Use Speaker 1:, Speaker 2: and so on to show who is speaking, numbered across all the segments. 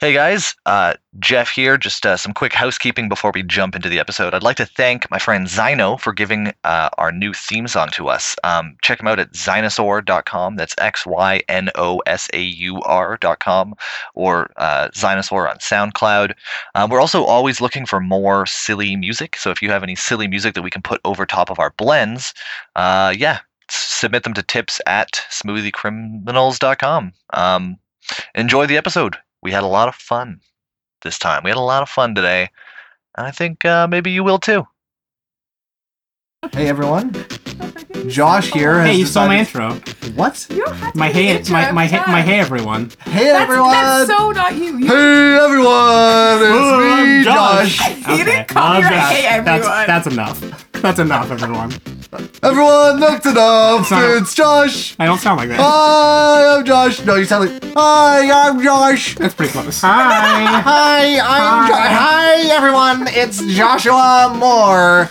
Speaker 1: Hey guys, uh, Jeff here. Just uh, some quick housekeeping before we jump into the episode. I'd like to thank my friend Zino for giving uh, our new theme song to us. Um, check him out at xynosaur.com. That's X Y N O S A U R.com or uh, Xynosaur on SoundCloud. Um, we're also always looking for more silly music. So if you have any silly music that we can put over top of our blends, uh, yeah, submit them to tips at smoothiecriminals.com. Um, enjoy the episode. We had a lot of fun this time. We had a lot of fun today. And I think uh, maybe you will too.
Speaker 2: Hey everyone, Josh here. has
Speaker 3: Hey, you stole my
Speaker 2: decided-
Speaker 3: intro.
Speaker 2: What?
Speaker 4: You don't have to
Speaker 3: My
Speaker 4: do the
Speaker 3: hey,
Speaker 4: intro
Speaker 3: my
Speaker 4: every
Speaker 3: my hey, my
Speaker 4: time.
Speaker 3: hey, everyone.
Speaker 2: Hey
Speaker 4: That's,
Speaker 2: everyone.
Speaker 4: that's so not you. you
Speaker 2: hey everyone, it's me,
Speaker 3: Oh, I'm
Speaker 2: Josh.
Speaker 4: You didn't call
Speaker 3: love
Speaker 4: your
Speaker 3: that.
Speaker 4: hey, everyone.
Speaker 3: That's, that's enough. That's enough, everyone.
Speaker 2: Everyone, that's enough.
Speaker 3: not-
Speaker 2: It's Josh.
Speaker 3: I don't sound like
Speaker 5: Oh.
Speaker 3: that.
Speaker 2: Hi, I'm Josh. No, you sound like Hi, I'm Josh.
Speaker 3: That's pretty close. Hi.
Speaker 2: Hi, I'm
Speaker 3: Hi.
Speaker 2: Josh. Hi everyone, it's Joshua Moore,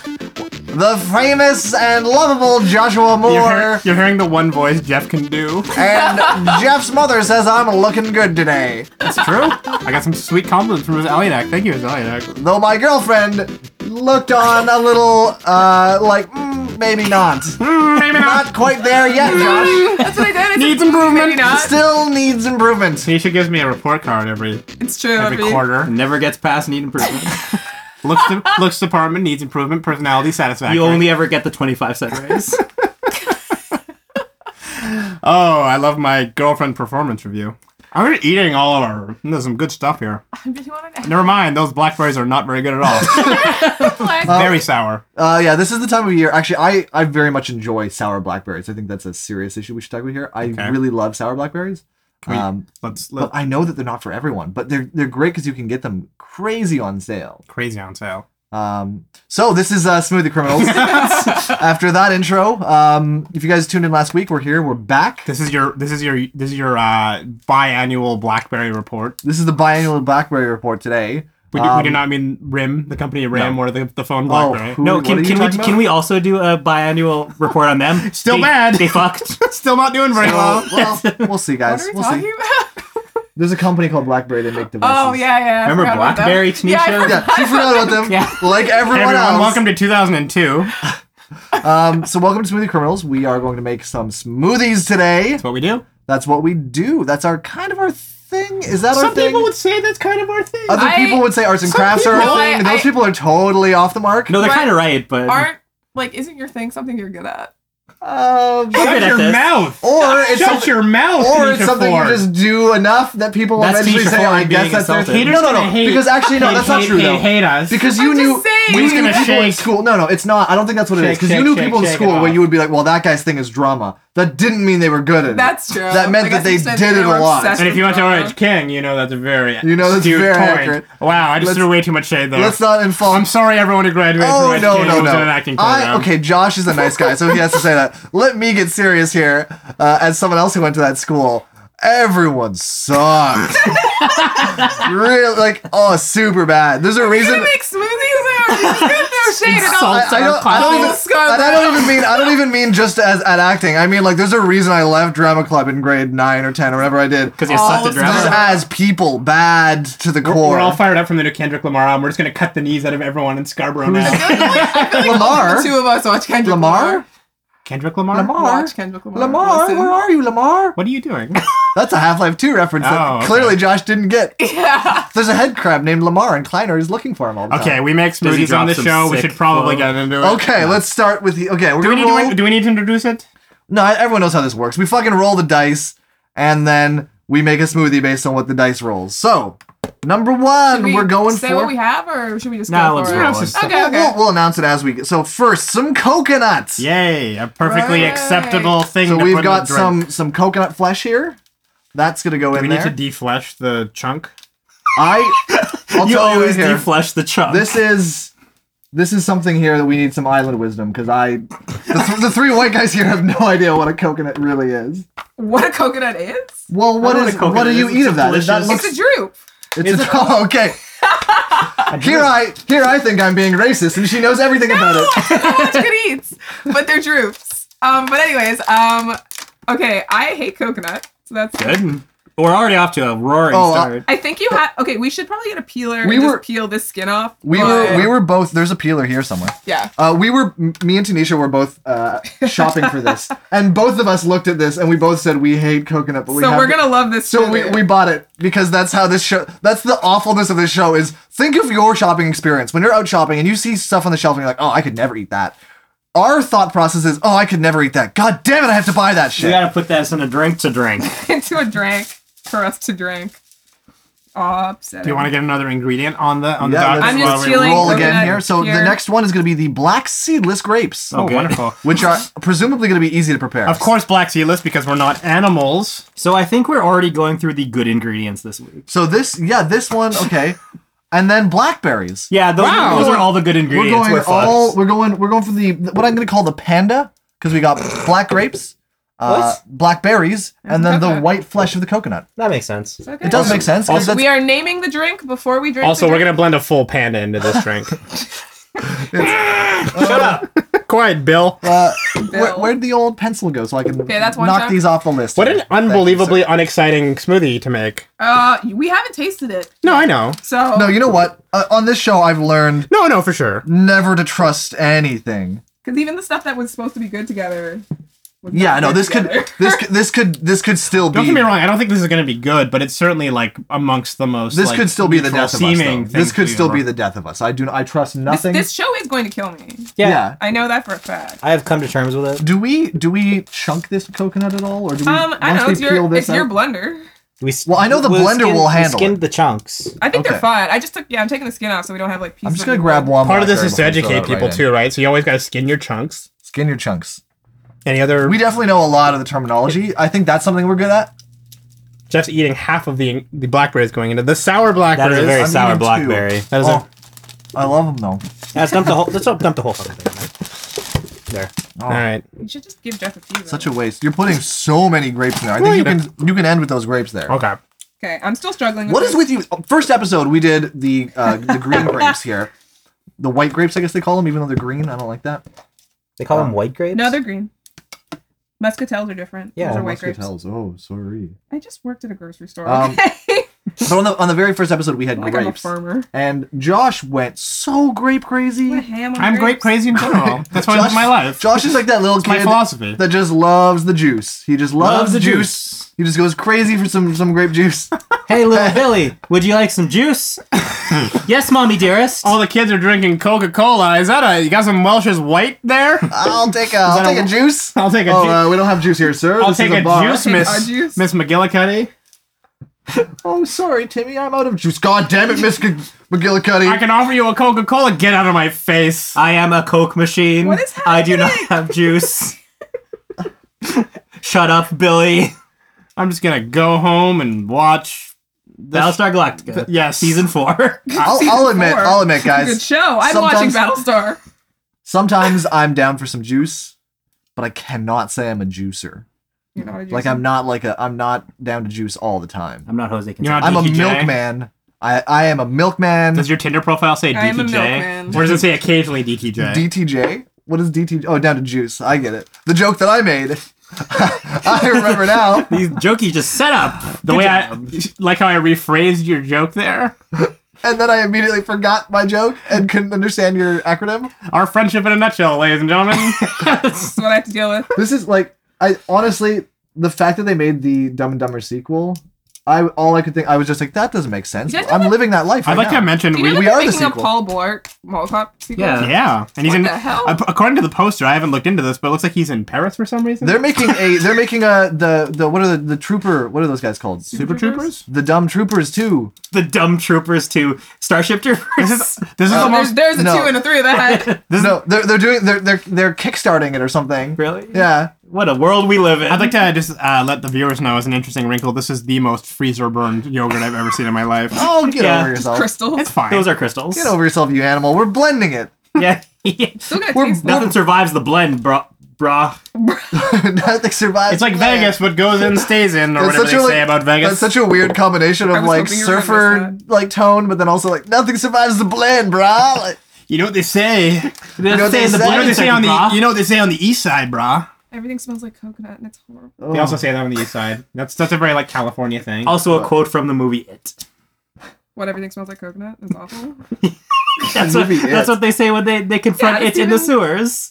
Speaker 2: the famous and lovable Joshua Moore.
Speaker 3: You're, hear- you're hearing the one voice Jeff can do.
Speaker 2: And Jeff's mother says I'm looking good today.
Speaker 3: That's true. I got some sweet compliments from Ms. Elianak. Thank you, Ms. Elianak.
Speaker 2: though my girlfriend looked on a little uh like mm, maybe not
Speaker 3: Hmm, maybe not. Mm,
Speaker 2: not quite there yet josh
Speaker 4: that's what I did. I said,
Speaker 3: Needs improvement.
Speaker 4: Maybe not.
Speaker 2: still needs improvement
Speaker 3: Nisha gives me a report card every
Speaker 4: It's true. I
Speaker 3: every
Speaker 4: mean,
Speaker 3: quarter.
Speaker 5: Never gets past need improvement.
Speaker 3: Looks de- looks department needs improvement. Personality satisfaction.
Speaker 5: you only ever get the 25 cent raise.
Speaker 3: Oh, I love my girlfriend performance review. I'm already eating all of our. There's some good stuff here.
Speaker 4: Do you want an
Speaker 3: Never mind, those blackberries are not very good at all.
Speaker 4: Netflix?
Speaker 3: very sour.
Speaker 2: uh yeah this is the time of year actually i i very much enjoy sour blackberries i think that's a serious issue we should talk about here i
Speaker 3: Okay.
Speaker 2: really love sour blackberries
Speaker 3: we-
Speaker 2: um
Speaker 3: Let's
Speaker 2: but
Speaker 3: let
Speaker 2: i know that they're not for everyone but they're they're great because you can get them crazy on sale
Speaker 3: crazy on sale.
Speaker 2: um so this is uh smoothie criminals after that intro um if you guys tuned in last week we're here we're back
Speaker 3: This is your this is your this is your uh, biannual BlackBerry report.
Speaker 2: This is the biannual BlackBerry report today.
Speaker 3: We do, we do
Speaker 2: Um,
Speaker 3: not mean RIM, the company RIM, or the, the phone
Speaker 2: Oh,
Speaker 3: BlackBerry.
Speaker 2: who-
Speaker 5: no,
Speaker 2: what are
Speaker 5: can,
Speaker 2: you
Speaker 5: can, we,
Speaker 2: talking
Speaker 5: can
Speaker 2: about?
Speaker 5: we also do a biannual report on them?
Speaker 3: Still
Speaker 5: they,
Speaker 3: bad.
Speaker 5: They fucked.
Speaker 3: Still not doing very well.
Speaker 2: Well, well, we'll see,
Speaker 4: What
Speaker 2: guys.
Speaker 4: are we
Speaker 2: We'll
Speaker 4: talking
Speaker 2: see.
Speaker 4: about?
Speaker 2: There's a company called BlackBerry that make devices.
Speaker 4: Oh yeah, yeah. I
Speaker 5: Remember
Speaker 4: forgot about that.
Speaker 5: Blackberry,
Speaker 4: Yeah, I
Speaker 5: Tanisha?
Speaker 4: forgot.
Speaker 2: Yeah, she forgot about them.
Speaker 5: Yeah.
Speaker 2: Like everyone,
Speaker 3: Everyone,
Speaker 2: else.
Speaker 3: welcome to 2002. That's
Speaker 2: Um, so welcome to Smoothie Criminals. We are going to make some smoothies today.
Speaker 3: what we do.
Speaker 2: That's what we do. That's our kind of our thing. Is that our
Speaker 3: Some
Speaker 2: thing?
Speaker 3: people would say that's kind of our thing.
Speaker 2: Other
Speaker 4: I-
Speaker 2: people would say arts and
Speaker 3: Some
Speaker 2: crafts are
Speaker 4: people-
Speaker 2: our
Speaker 4: No,
Speaker 2: thing.
Speaker 4: I-
Speaker 2: Those
Speaker 4: I-
Speaker 2: people are totally off the mark.
Speaker 5: No, they're
Speaker 4: Right.
Speaker 5: kind of right, but
Speaker 4: Aren't like isn't your thing something you're good at?
Speaker 2: Um,
Speaker 5: good
Speaker 3: Shut
Speaker 5: at
Speaker 3: your
Speaker 5: this.
Speaker 3: mouth.
Speaker 2: or it's
Speaker 3: Shut
Speaker 2: something,
Speaker 3: your mouth.
Speaker 2: or it's
Speaker 3: Tanisha
Speaker 2: something
Speaker 3: Ford.
Speaker 2: you just do enough that people will
Speaker 5: That's
Speaker 2: eventually
Speaker 5: Tanisha
Speaker 2: say,
Speaker 5: Ford
Speaker 2: "I guess
Speaker 5: being
Speaker 2: that's their
Speaker 5: insulted.
Speaker 2: thing."
Speaker 3: Haters
Speaker 2: No, no, no.
Speaker 3: gonna hate-
Speaker 2: because actually, no,
Speaker 3: hate,
Speaker 2: that's not
Speaker 3: hate,
Speaker 2: true
Speaker 3: hate,
Speaker 2: though.
Speaker 3: Hate us.
Speaker 2: Because you
Speaker 4: I'm
Speaker 2: knew
Speaker 4: just saying.
Speaker 2: you
Speaker 4: He's
Speaker 2: knew
Speaker 3: gonna
Speaker 2: people in
Speaker 3: shake.
Speaker 2: school. No, no, it's not. I don't think that's what it is.
Speaker 3: Shake,
Speaker 2: Because you
Speaker 3: shake,
Speaker 2: knew
Speaker 3: shake,
Speaker 2: people in
Speaker 3: shake it
Speaker 2: school where
Speaker 3: off.
Speaker 2: you would be like, "Well, that guy's thing is drama." That didn't mean they were good at it.
Speaker 4: That's true.
Speaker 2: That meant
Speaker 4: Like,
Speaker 2: that
Speaker 4: I
Speaker 2: they
Speaker 4: said
Speaker 2: did
Speaker 4: they
Speaker 2: it
Speaker 4: were
Speaker 2: a lot.
Speaker 4: obsessed
Speaker 3: And if you went to
Speaker 4: drama.
Speaker 3: Orange King, you know that's a very
Speaker 2: You know that's
Speaker 3: astute
Speaker 2: very
Speaker 3: point.
Speaker 2: accurate.
Speaker 3: Wow, I just
Speaker 2: Let's-
Speaker 3: threw way too much shade there.
Speaker 2: Let's not involve.
Speaker 3: I'm sorry, everyone who graduated from
Speaker 2: Oh
Speaker 3: Orange
Speaker 2: no
Speaker 3: King
Speaker 2: no
Speaker 3: was in an
Speaker 2: no!
Speaker 3: acting
Speaker 2: I,
Speaker 3: program.
Speaker 2: okay, Josh is a nice guy, so he has to say that. Let me get serious here. Uh, as someone else who went to that school, everyone sucked. Real like oh, super bad. There's a
Speaker 4: You
Speaker 2: reason.
Speaker 4: make smoothies there. There's no shade at all.
Speaker 5: Insult.
Speaker 2: I, I don't, I don't
Speaker 4: Oh,
Speaker 2: even,
Speaker 4: Scarlett.
Speaker 2: and I don't even mean I don't even mean just as at acting. I mean like there's a reason I left drama club in grade nine or ten or whatever I did.
Speaker 5: because you
Speaker 4: All
Speaker 5: sucked at
Speaker 4: of
Speaker 2: Just
Speaker 5: drama.
Speaker 2: as people, bad to the
Speaker 3: We're,
Speaker 2: core.
Speaker 3: we're all fired up from the new Kendrick Lamar album. We're just gonna cut the knees out of everyone in Scarborough now.
Speaker 2: Lamar,
Speaker 4: The two of us watch Kendrick
Speaker 2: Lamar,
Speaker 3: Kendrick Lamar?
Speaker 2: Lamar,
Speaker 4: Watch Kendrick Lamar.
Speaker 2: Lamar,
Speaker 4: Listen.
Speaker 2: where are you, Lamar?
Speaker 3: What are you doing?
Speaker 2: That's a Half Life Two reference that
Speaker 3: Oh, okay.
Speaker 2: clearly Josh didn't get.
Speaker 4: Yeah.
Speaker 2: There's a head crab named Lamar, and Kleiner is looking for him all the
Speaker 3: okay,
Speaker 2: time.
Speaker 3: we make
Speaker 5: he
Speaker 3: smoothies
Speaker 5: drop
Speaker 3: on the
Speaker 5: some
Speaker 3: show. We
Speaker 5: sick
Speaker 3: should probably
Speaker 5: flow?
Speaker 3: get into it.
Speaker 2: Okay, let's start with the, okay. We're
Speaker 3: Do we,
Speaker 2: gonna
Speaker 3: need
Speaker 2: roll-
Speaker 3: to, do we need to introduce it?
Speaker 2: No, I- everyone knows how this works. We fucking roll the dice, and then we make a smoothie based on what the dice rolls. So, number one,
Speaker 4: Should we
Speaker 2: we're going
Speaker 4: say
Speaker 2: for.
Speaker 4: what we have, or should we just
Speaker 5: Nah,
Speaker 4: go
Speaker 5: let's
Speaker 4: for
Speaker 5: roll
Speaker 4: it?
Speaker 5: it.
Speaker 3: Let's
Speaker 4: Okay, okay.
Speaker 2: We'll, we'll announce it as we go. So first, some coconuts.
Speaker 3: Yay, a perfectly
Speaker 4: Right.
Speaker 3: acceptable thing.
Speaker 2: So
Speaker 3: to put
Speaker 2: we've
Speaker 3: in a
Speaker 2: got
Speaker 3: drink.
Speaker 2: some some coconut flesh here. That's gonna go
Speaker 3: Do we
Speaker 2: in
Speaker 3: need
Speaker 2: there.
Speaker 3: to deflesh the chunk?
Speaker 2: I. I'll
Speaker 5: You
Speaker 2: tell
Speaker 5: always
Speaker 2: you right here.
Speaker 5: deflesh the chunk.
Speaker 2: This is. This is something here that we need some island wisdom because I, the, th- the three white guys here have no idea what a coconut really is.
Speaker 4: What a coconut is?
Speaker 2: Well, what
Speaker 5: know what
Speaker 2: is
Speaker 5: a
Speaker 2: what,
Speaker 5: coconut
Speaker 2: do
Speaker 5: is.
Speaker 2: you
Speaker 5: It's
Speaker 2: eat of that? Is that looks,
Speaker 5: delicious-
Speaker 4: It's a droop.
Speaker 2: It's, a, oh, okay. here I here I think I'm being racist, and she knows everything about
Speaker 4: Oh,
Speaker 2: it.
Speaker 4: I don't know what you could eat, but they're droops. Um, but anyways, um, okay, I hate coconut, so that's
Speaker 5: good. We're already off to a roaring
Speaker 2: Oh, uh,
Speaker 5: start.
Speaker 4: I think you had. Okay, we should probably get a peeler
Speaker 2: We
Speaker 4: and
Speaker 2: were-
Speaker 4: just peel this skin off.
Speaker 2: We were
Speaker 4: but-
Speaker 2: we were both. There's a peeler here somewhere.
Speaker 4: Yeah.
Speaker 2: Uh, we were m- me and Tanisha were both uh, shopping for this, and both of us looked at this and we both said we hate coconut, but we
Speaker 4: so
Speaker 2: have
Speaker 4: we're
Speaker 2: to-
Speaker 4: gonna love this.
Speaker 2: So we,
Speaker 4: peeler.
Speaker 2: we bought it because that's how this show. That's the awfulness of this show is. Think of your shopping experience when you're out shopping and you see stuff on the shelf and you're like, oh, I could never eat that. Our thought process is, oh, I could never eat that. God damn it, I have to buy that
Speaker 5: We
Speaker 2: shit.
Speaker 5: gotta put this in a drink to drink.
Speaker 4: into a drink for us to drink. Aw, upsetting.
Speaker 6: Do you want to get another ingredient on the on
Speaker 2: Yeah,
Speaker 6: the dock?
Speaker 2: let's-
Speaker 4: I'm
Speaker 6: while
Speaker 4: just
Speaker 6: we
Speaker 4: feeling-
Speaker 2: Roll
Speaker 6: roll?
Speaker 4: Coconut
Speaker 2: again here. So the
Speaker 4: here.
Speaker 2: next one is going to be the black seedless grapes,
Speaker 6: Oh,
Speaker 5: Okay.
Speaker 6: wonderful.
Speaker 2: which are presumably going to be easy to prepare.
Speaker 6: Of course, black sea list because we're not animals.
Speaker 5: So I think we're already going through the good ingredients this week.
Speaker 2: So this, yeah, this one, okay, and then blackberries.
Speaker 5: Yeah, those,
Speaker 6: Wow.
Speaker 5: those are all the good
Speaker 2: we're
Speaker 5: ingredients.
Speaker 2: going
Speaker 5: with
Speaker 2: all.
Speaker 5: us.
Speaker 2: We're going. We're going for the what I'm going to call the panda because we got black grapes, uh, blackberries, and then the
Speaker 4: coconut.
Speaker 2: white flesh of the coconut.
Speaker 3: That makes sense.
Speaker 4: It's okay.
Speaker 2: It does make sense. 'cause
Speaker 3: Also-
Speaker 2: that's-
Speaker 4: We are naming the drink before we drink.
Speaker 3: Also,
Speaker 4: the
Speaker 3: we're
Speaker 4: drink.
Speaker 3: gonna blend a full panda into this drink.
Speaker 5: Shut up.
Speaker 6: Quiet, Bill.
Speaker 2: uh,
Speaker 4: Bill.
Speaker 2: where, where'd the old pencil go so I can
Speaker 4: Okay, that's one
Speaker 2: knock
Speaker 4: shot.
Speaker 2: these off the list?
Speaker 3: What an
Speaker 2: here? Thank you,
Speaker 3: unbelievably unexciting smoothie to make.
Speaker 4: Uh, we haven't tasted it.
Speaker 3: No, I know.
Speaker 4: So
Speaker 2: sir. No, you know what? Uh, on this show, I've learned
Speaker 3: No, no, for sure.
Speaker 2: never to trust anything.
Speaker 4: because even the stuff that was supposed to be good together. was
Speaker 2: Yeah,
Speaker 4: not
Speaker 2: no,
Speaker 4: good
Speaker 2: this could
Speaker 4: together.
Speaker 2: this could this could this could still
Speaker 6: Don't
Speaker 2: be.
Speaker 6: get me wrong. I don't think this is going to be good, but it's certainly like amongst the most.
Speaker 2: This
Speaker 6: like,
Speaker 2: could still be the death of us. though.
Speaker 6: neutral-seeming
Speaker 2: This
Speaker 6: things
Speaker 2: could
Speaker 6: we've
Speaker 2: still be
Speaker 6: ever-
Speaker 2: the death of us. I do. I trust
Speaker 4: This,
Speaker 2: nothing.
Speaker 4: this show is going to kill me.
Speaker 3: Yeah,
Speaker 2: yeah.
Speaker 4: I know that for a fact.
Speaker 3: I have come to terms with it.
Speaker 2: Do we do we chunk this coconut at all, or do we
Speaker 4: Um, I don't know. It's your it's your blender.
Speaker 3: We, s-
Speaker 2: Well, I know the
Speaker 3: we
Speaker 2: blender will
Speaker 3: we
Speaker 2: handle
Speaker 3: skinned
Speaker 2: it.
Speaker 3: the chunks.
Speaker 4: I think
Speaker 2: Okay.
Speaker 4: they're fine. I just took yeah. I'm taking the skin off so we don't have like pieces.
Speaker 2: I'm just
Speaker 4: of
Speaker 2: gonna
Speaker 4: the
Speaker 2: grab
Speaker 4: blender.
Speaker 2: one.
Speaker 3: Part of this
Speaker 2: blackberry
Speaker 3: is
Speaker 2: before we
Speaker 3: to
Speaker 2: throw
Speaker 3: educate
Speaker 2: that right
Speaker 3: people
Speaker 2: in.
Speaker 3: too, right? So you always gotta skin your chunks.
Speaker 2: Skin your chunks.
Speaker 3: Any other?
Speaker 2: We definitely know a lot of the terminology. I think that's something we're good at.
Speaker 3: Jeff's eating half of the the blackberries going into the sour
Speaker 5: That
Speaker 3: blackberries.
Speaker 5: is a very
Speaker 2: I'm
Speaker 5: sour
Speaker 2: eating two.
Speaker 5: blackberry.
Speaker 3: That is
Speaker 2: Oh, I love them though.
Speaker 3: a, let's dump the whole. Let's dump the whole fucking thing. in There. There.
Speaker 2: Oh,
Speaker 3: All right.
Speaker 4: You should just give Jeff a few.
Speaker 2: Such a waste. You're putting so many grapes in there. I think you can you can end with those grapes there.
Speaker 3: Okay.
Speaker 4: Okay, I'm still struggling. With
Speaker 2: What is
Speaker 4: this.
Speaker 2: with you? Oh, First episode we did the uh, the green grapes here, the white grapes I guess they call them, even though they're green. I don't like that.
Speaker 3: They
Speaker 2: Uh-huh.
Speaker 3: call them white grapes.
Speaker 4: No, they're green. Muscatels are different.
Speaker 3: Yeah,
Speaker 4: Those are
Speaker 3: Oh,
Speaker 4: white grapes.
Speaker 2: Muscatels. Oh, sorry.
Speaker 4: I just worked at a grocery store.
Speaker 2: Um,
Speaker 4: okay?
Speaker 2: But on the on the very first episode we had
Speaker 4: like I'm a
Speaker 2: grapes,
Speaker 4: farmer.
Speaker 2: and Josh went so grape crazy.
Speaker 4: I'm a ham on
Speaker 6: I'm great
Speaker 4: grapes.
Speaker 6: crazy in general. That's why I live my life.
Speaker 2: Josh is like that little
Speaker 6: It's my
Speaker 2: kid
Speaker 6: philosophy.
Speaker 2: that just loves the juice. He just loves,
Speaker 5: Loves the
Speaker 2: juice.
Speaker 5: juice.
Speaker 2: He just goes crazy for some some grape juice.
Speaker 5: Hey, little Billy, would you like some juice? yes, mommy dearest.
Speaker 4: Oh.
Speaker 6: All the kids are drinking Coca Cola. Is that a? You got some Welsh's White there?
Speaker 2: I'll take a I'll
Speaker 6: that
Speaker 2: take
Speaker 6: a-
Speaker 2: a juice.
Speaker 6: I'll take a.
Speaker 2: oh,
Speaker 6: ju-
Speaker 2: uh, we don't have juice here, sir.
Speaker 6: I'll
Speaker 2: This is
Speaker 6: take a,
Speaker 2: bar.
Speaker 6: juice,
Speaker 4: I'll take
Speaker 6: Miss
Speaker 4: a juice.
Speaker 6: Miss McGillicuddy.
Speaker 2: Oh, sorry, Timmy. I'm out of juice. God damn it, Miss G- McGillicuddy.
Speaker 6: I can offer you a Coca Cola. Get out of my face.
Speaker 5: I am a Coke machine.
Speaker 4: What is
Speaker 5: I do not
Speaker 4: happening?
Speaker 5: have juice. Shut up, Billy.
Speaker 6: I'm just gonna go home and watch.
Speaker 5: Battlestar Galactica.
Speaker 6: Yes,
Speaker 5: Season 4.
Speaker 2: I'll,
Speaker 4: Season
Speaker 2: I'll admit,
Speaker 4: four.
Speaker 2: I'll admit,
Speaker 4: Good
Speaker 2: guys.
Speaker 4: show. I'm watching
Speaker 2: sometimes-
Speaker 4: Battlestar.
Speaker 2: Sometimes I'm down for some juice, but I cannot say I'm a juicer.
Speaker 4: You're not a
Speaker 2: Like
Speaker 4: juicer.
Speaker 2: I'm not like a I'm not down to juice all the time.
Speaker 5: I'm not Jose Canseco.
Speaker 6: You're not-
Speaker 2: I'm a
Speaker 6: DKJ.
Speaker 2: milkman. I I am a milkman.
Speaker 6: Does your Tinder profile say
Speaker 4: I am a
Speaker 6: DTJ?
Speaker 4: milkman.
Speaker 6: Or does it say occasionally DTJ?
Speaker 2: DTJ? What is DTJ? Oh, down to juice. I get it. The joke that I made. I remember now.
Speaker 5: These jokey just set up.
Speaker 6: the way I like how I rephrased your joke there.
Speaker 2: And then I immediately forgot my joke and couldn't understand your acronym.
Speaker 6: Our friendship in a nutshell, ladies and gentlemen.
Speaker 4: This is what I have to deal with.
Speaker 2: This is like I honestly the fact that they made the Dumb and Dumber sequel, I all I could think I was just like that doesn't make sense.
Speaker 4: You guys know
Speaker 2: I'm
Speaker 4: that-
Speaker 2: living that life.
Speaker 6: I'd
Speaker 2: right
Speaker 6: like
Speaker 2: now.
Speaker 6: to mention
Speaker 4: Do you
Speaker 6: we.
Speaker 4: know
Speaker 2: we
Speaker 4: that
Speaker 2: are
Speaker 4: they're
Speaker 2: the
Speaker 4: making a
Speaker 2: sequel.
Speaker 4: Paul Blart Mall Cop sequel?
Speaker 5: Yeah.
Speaker 6: Yeah, and he's
Speaker 4: What
Speaker 6: in.
Speaker 4: the hell?
Speaker 6: Ap- According to the poster, I haven't looked into this, but it looks like he's in Paris for some reason.
Speaker 2: They're making a they're making a the the what are the, the trooper what are those guys called?
Speaker 6: Super Troopers.
Speaker 2: The dumb troopers too.
Speaker 5: the Dumb Troopers to Starship Troopers.
Speaker 6: This is this is
Speaker 4: Oh, there's,
Speaker 6: the most.
Speaker 4: there's a
Speaker 2: Uh, no.
Speaker 4: two and a three of that.
Speaker 2: no, they're they're doing they're they're they're kickstarting it or something.
Speaker 5: really?
Speaker 2: Yeah.
Speaker 5: What a world we live in.
Speaker 6: I'd like to just uh, let the viewers know as an interesting wrinkle. This is the most freezer burned yogurt I've ever seen in my life.
Speaker 2: Oh, get
Speaker 5: Yeah.
Speaker 2: over yourself.
Speaker 4: Crystal.
Speaker 6: It's fine.
Speaker 5: Those are crystals.
Speaker 2: Get over yourself, you animal. We're blending it.
Speaker 5: Yeah.
Speaker 4: Still gonna
Speaker 2: We're-
Speaker 4: taste
Speaker 5: Nothing survives the blend, bro. Brah.
Speaker 2: Nothing survives.
Speaker 6: It's like
Speaker 2: man.
Speaker 6: Vegas, what goes in stays in, or
Speaker 2: That's
Speaker 6: whatever
Speaker 2: such
Speaker 6: they
Speaker 2: a, like-
Speaker 6: say about
Speaker 2: That's
Speaker 6: Vegas.
Speaker 2: such a weird combination
Speaker 4: I
Speaker 2: of
Speaker 4: was
Speaker 2: like
Speaker 4: hoping you were gonna
Speaker 2: surfer
Speaker 4: miss
Speaker 2: like tone, but then also like nothing survives the blend, bruh. Like,
Speaker 6: you know what they say.
Speaker 5: You
Speaker 2: know what they say?
Speaker 6: You know what
Speaker 5: second
Speaker 6: they say on the
Speaker 5: brah.
Speaker 6: you know what they say on the east side, brah.
Speaker 4: Everything smells like coconut and it's horrible.
Speaker 3: They
Speaker 2: oh,
Speaker 3: also say that on the east side. That's that's a very like California thing.
Speaker 5: Also, a quote from the movie It.
Speaker 4: What everything smells like coconut is awful.
Speaker 5: That's what,
Speaker 2: movie
Speaker 5: that's
Speaker 2: It.
Speaker 5: what they say when they, they confront
Speaker 4: Yeah,
Speaker 5: It in the
Speaker 4: Steven-
Speaker 5: sewers.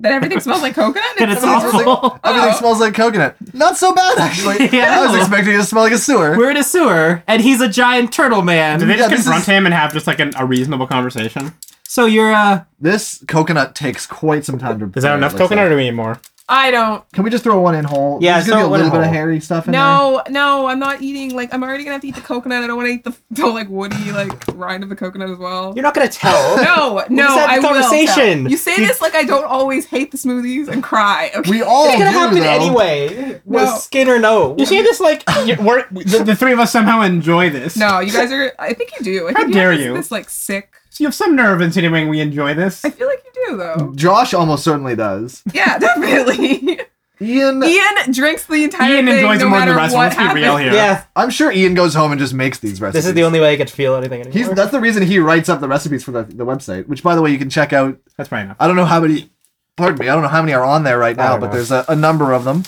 Speaker 4: that everything smells like coconut
Speaker 5: And it's
Speaker 2: Everything smells like-
Speaker 5: awful.
Speaker 2: Everything
Speaker 4: Oh.
Speaker 2: smells like coconut. Not so bad actually.
Speaker 5: Yeah.
Speaker 2: I was expecting it to smell like a sewer.
Speaker 5: We're in a sewer, and he's a giant turtle
Speaker 3: Do
Speaker 5: man.
Speaker 3: they just
Speaker 2: Yeah, this
Speaker 3: confront
Speaker 2: is-
Speaker 3: him and have just like an, a reasonable conversation?
Speaker 5: So you're uh,
Speaker 2: this coconut takes quite some time to.
Speaker 3: Is that
Speaker 2: prepare,
Speaker 3: enough
Speaker 2: it looks
Speaker 3: coconut or
Speaker 2: like.
Speaker 3: do we need more?
Speaker 4: I don't.
Speaker 2: Can we just throw one in whole?
Speaker 5: Yeah,
Speaker 2: There's gonna
Speaker 5: throw
Speaker 2: be a
Speaker 5: one
Speaker 2: little
Speaker 5: in
Speaker 2: bit of
Speaker 5: whole.
Speaker 2: hairy stuff in there.
Speaker 4: No, no, I'm not eating. Like, I'm already gonna have to eat the coconut. I don't want to eat the, the like woody like rind of the coconut as well.
Speaker 5: you're not gonna tell.
Speaker 4: no,
Speaker 5: We
Speaker 4: no,
Speaker 5: just had the
Speaker 4: I will.
Speaker 5: conversation.
Speaker 4: tell. You say this like I don't always hate the smoothies and cry. Okay.
Speaker 2: We all
Speaker 5: it's gonna
Speaker 2: do,
Speaker 5: happen
Speaker 2: though.
Speaker 5: anyway.
Speaker 4: No.
Speaker 5: With skin or no.
Speaker 3: You see this like you- we're, the, the three of us somehow enjoy this.
Speaker 4: No, you guys are. I think you do. I
Speaker 3: How
Speaker 4: think
Speaker 3: dare
Speaker 4: have
Speaker 3: you.
Speaker 4: This like sick.
Speaker 3: So you have some nerve insinuating we enjoy this.
Speaker 4: I feel like you do though.
Speaker 2: Josh almost certainly does.
Speaker 4: Yeah, definitely.
Speaker 2: Ian,
Speaker 4: Ian drinks the entire
Speaker 3: Ian
Speaker 4: thing,
Speaker 3: enjoys
Speaker 4: no
Speaker 3: it more than
Speaker 4: matter
Speaker 3: the rest of
Speaker 4: what
Speaker 3: us. Let's be real
Speaker 4: happens.
Speaker 3: here.
Speaker 5: yeah,
Speaker 2: I'm sure Ian goes home and just makes these recipes.
Speaker 5: this is the only way I could feel anything anymore.
Speaker 2: He's that's the reason he writes up the recipes for the, the website, which by the way you can check out.
Speaker 3: That's probably enough.
Speaker 2: I don't know how many. Pardon me, I don't know how many are on there right now,
Speaker 3: don't
Speaker 2: but
Speaker 3: know.
Speaker 2: there's a, a number of them.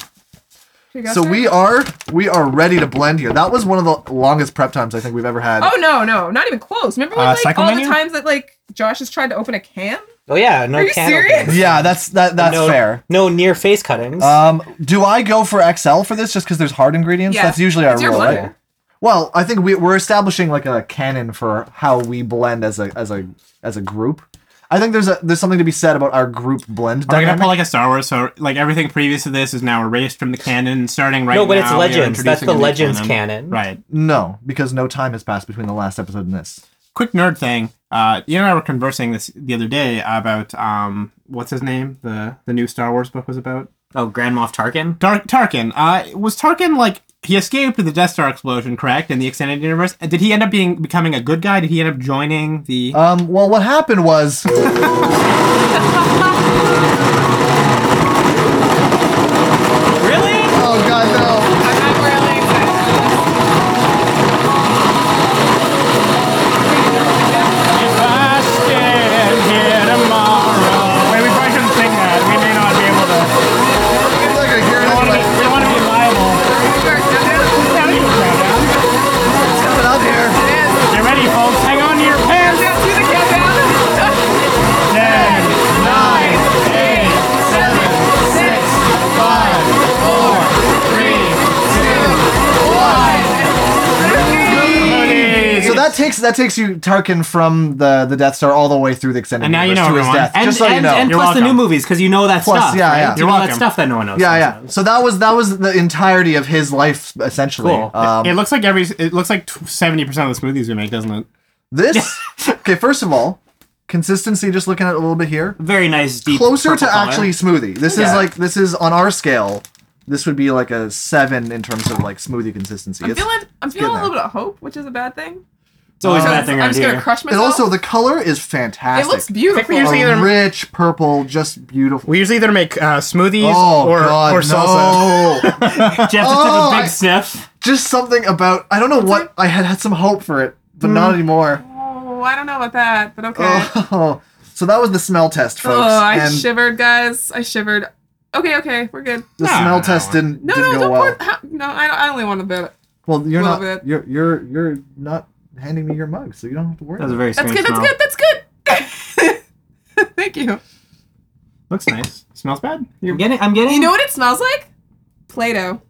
Speaker 4: You got
Speaker 2: So
Speaker 4: that?
Speaker 2: we are we are ready to blend here. That was one of the longest prep times I think we've ever had.
Speaker 4: Oh no, no, not even close. Remember when
Speaker 3: Uh,
Speaker 4: like all
Speaker 3: Cyclemania?
Speaker 4: the times that like Josh has tried to open a can?
Speaker 5: oh yeah, no
Speaker 4: Are you
Speaker 5: can
Speaker 4: serious?
Speaker 5: openings.
Speaker 2: Yeah, that's that that's
Speaker 5: no,
Speaker 2: fair.
Speaker 5: No near face cuttings.
Speaker 2: Um, do I go for XL for this just because there's hard ingredients?
Speaker 4: Yeah.
Speaker 2: That's usually our
Speaker 4: It's your
Speaker 2: rule,
Speaker 4: blender.
Speaker 2: right? Well, I think we, we're establishing like a canon for how we blend as a as a as a group. I think there's a there's something to be said about our group blend
Speaker 3: Are we gonna
Speaker 2: dynamic.
Speaker 3: pull like a Star Wars? So like everything previous to this is now erased from the canon, starting right
Speaker 5: no, but
Speaker 3: now,
Speaker 5: it's
Speaker 3: we are
Speaker 5: legends. That's
Speaker 3: introducing
Speaker 5: the
Speaker 3: a new
Speaker 5: legends canon.
Speaker 3: Right.
Speaker 2: no, because no time has passed between the last episode and this.
Speaker 3: Quick nerd thing. Uh, you and I were conversing this the other day about um, what's his name? The the new Star Wars book was about
Speaker 5: Oh, Grand Moff Tarkin.
Speaker 3: Dark Tarkin. Uh, was Tarkin like he escaped the Death Star explosion, correct? In the extended universe, And did he end up being becoming a good guy? Did he end up joining the?
Speaker 2: Um, well, what happened was
Speaker 5: Really?
Speaker 2: oh god
Speaker 4: I'm not really excited.
Speaker 3: Wait, we probably shouldn't sing that. We may not be able to.
Speaker 2: no, I'm not gonna hear it
Speaker 3: We don't wanna
Speaker 2: anyway.
Speaker 3: be- we don't want to be liable. Yeah, we can try that.
Speaker 2: It's coming up here.
Speaker 3: Get ready, folks. Hang on to your pants. Ten, nine, eight, seven, six, five, four, three, two, one.
Speaker 2: So that takes that takes you Tarkin from the the Death Star all the way through the extended
Speaker 3: And now you
Speaker 2: universe
Speaker 3: know,
Speaker 2: to his
Speaker 3: everyone.
Speaker 2: death.
Speaker 5: And,
Speaker 2: just so
Speaker 5: and,
Speaker 2: you know.
Speaker 5: and
Speaker 3: You're
Speaker 5: plus the new
Speaker 3: welcome.
Speaker 5: movies because you know that
Speaker 2: Plus,
Speaker 5: stuff.
Speaker 2: yeah,
Speaker 5: right?
Speaker 2: yeah.
Speaker 5: You
Speaker 3: You're
Speaker 5: know that
Speaker 3: welcome.
Speaker 5: stuff that no one knows.
Speaker 2: yeah, yeah.
Speaker 5: sometimes.
Speaker 2: So that was that was the entirety of his life essentially.
Speaker 5: Cool.
Speaker 2: Um,
Speaker 3: it looks like every. It looks like seventy percent of the smoothies we make, doesn't it?
Speaker 2: This okay. First of all, consistency. Just looking at it a little bit here,
Speaker 5: Very nice, deep.
Speaker 2: closer to
Speaker 5: purple color.
Speaker 2: actually smoothie. This is like this is on our scale. This would be like a seven in terms of like smoothie consistency.
Speaker 4: I'm
Speaker 2: It's,
Speaker 4: feeling, I'm feeling a
Speaker 2: there.
Speaker 4: little bit of hope, which is a bad thing.
Speaker 5: It's always
Speaker 4: So
Speaker 3: Uh,
Speaker 5: a
Speaker 4: I'm
Speaker 5: bad thing
Speaker 4: I'm
Speaker 5: around
Speaker 4: just gonna
Speaker 5: here.
Speaker 4: crush
Speaker 2: and
Speaker 4: myself.
Speaker 2: also the color is
Speaker 4: it
Speaker 2: fantastic.
Speaker 4: looks beautiful.
Speaker 3: usually
Speaker 2: a
Speaker 3: either-
Speaker 2: rich purple, just beautiful.
Speaker 3: We usually either make uh, smoothies
Speaker 2: Oh
Speaker 3: or
Speaker 2: god,
Speaker 3: or salsa.
Speaker 2: no!
Speaker 5: Jeff just
Speaker 2: Oh,
Speaker 5: took a
Speaker 2: I-
Speaker 5: big sniff.
Speaker 2: just something about I don't know what I had had some hope for it, but not anymore.
Speaker 4: Oh, I don't know about that, but Mm. okay. Oh,
Speaker 2: Oh, so that was the smell test, folks.
Speaker 4: I
Speaker 2: and
Speaker 4: shivered, guys. I shivered. Okay, okay, we're good.
Speaker 2: the
Speaker 3: No,
Speaker 2: smell
Speaker 3: no,
Speaker 2: test
Speaker 3: no.
Speaker 2: didn't
Speaker 4: Ah. No,
Speaker 2: didn't
Speaker 4: no,
Speaker 2: go
Speaker 4: don't
Speaker 2: well.
Speaker 4: pour. Ha- no, I, don't, I only want a bit.
Speaker 2: Well, you're
Speaker 4: Little
Speaker 2: not.
Speaker 4: bit.
Speaker 2: You're you're you're not handing me your mug, so you don't have to worry.
Speaker 5: That was a
Speaker 2: about
Speaker 5: very
Speaker 4: That's good.
Speaker 5: strange
Speaker 4: That's
Speaker 5: smell.
Speaker 4: good. That's good. Thank you.
Speaker 3: Looks nice. Smells bad.
Speaker 5: I'm getting. I'm getting.
Speaker 4: You know what it smells like? Play-Doh.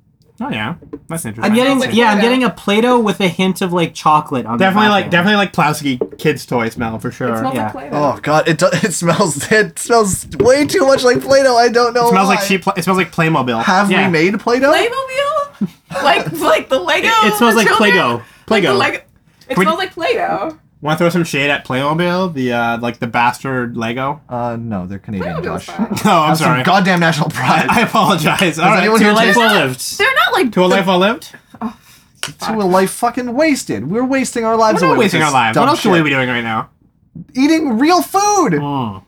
Speaker 3: Oh yeah, that's interesting.
Speaker 5: I'm getting.
Speaker 4: Like
Speaker 5: yeah, I'm
Speaker 4: Play-Doh.
Speaker 5: getting a Play-Doh with a hint of like chocolate on.
Speaker 3: definitely
Speaker 5: the
Speaker 3: like definitely like plasticky kids toy smell for sure.
Speaker 4: It smells
Speaker 5: yeah.
Speaker 4: like
Speaker 2: it.
Speaker 4: Play-Doh.
Speaker 2: Oh god, it do- it smells it smells way too much like Play-Doh. I don't know.
Speaker 3: It smells like
Speaker 2: why.
Speaker 3: cheap. Pla- it smells like Playmobil.
Speaker 2: Oh, Have
Speaker 5: Yeah.
Speaker 2: we made Play-Doh?
Speaker 4: Playmobil? like like the Lego.
Speaker 5: It
Speaker 4: for
Speaker 5: smells like
Speaker 4: children? Like the
Speaker 3: Play-Doh.
Speaker 5: Play-Doh.
Speaker 4: Lego. It
Speaker 3: we-
Speaker 4: smells like Play-Doh.
Speaker 3: Want to throw some shade at Playmobil? The uh, like the bastard Lego.
Speaker 2: uh, no, they're Canadian,
Speaker 4: Playmobil's
Speaker 2: Josh.
Speaker 4: fine.
Speaker 3: No, I'm
Speaker 2: Have some
Speaker 3: sorry.
Speaker 2: goddamn national pride.
Speaker 3: I apologize. All
Speaker 2: Does
Speaker 3: right.
Speaker 2: anyone
Speaker 5: To
Speaker 2: here
Speaker 5: a life
Speaker 2: taste
Speaker 5: well lived.
Speaker 4: They're not like
Speaker 3: to a life well lived.
Speaker 2: to a life fucking wasted? We're wasting our lives
Speaker 3: We're not
Speaker 2: away. with
Speaker 3: wasting
Speaker 2: this
Speaker 3: our lives.
Speaker 2: dumb
Speaker 3: What else
Speaker 2: shit.
Speaker 3: should we be doing right now?
Speaker 2: Eating real food.
Speaker 3: Hmm.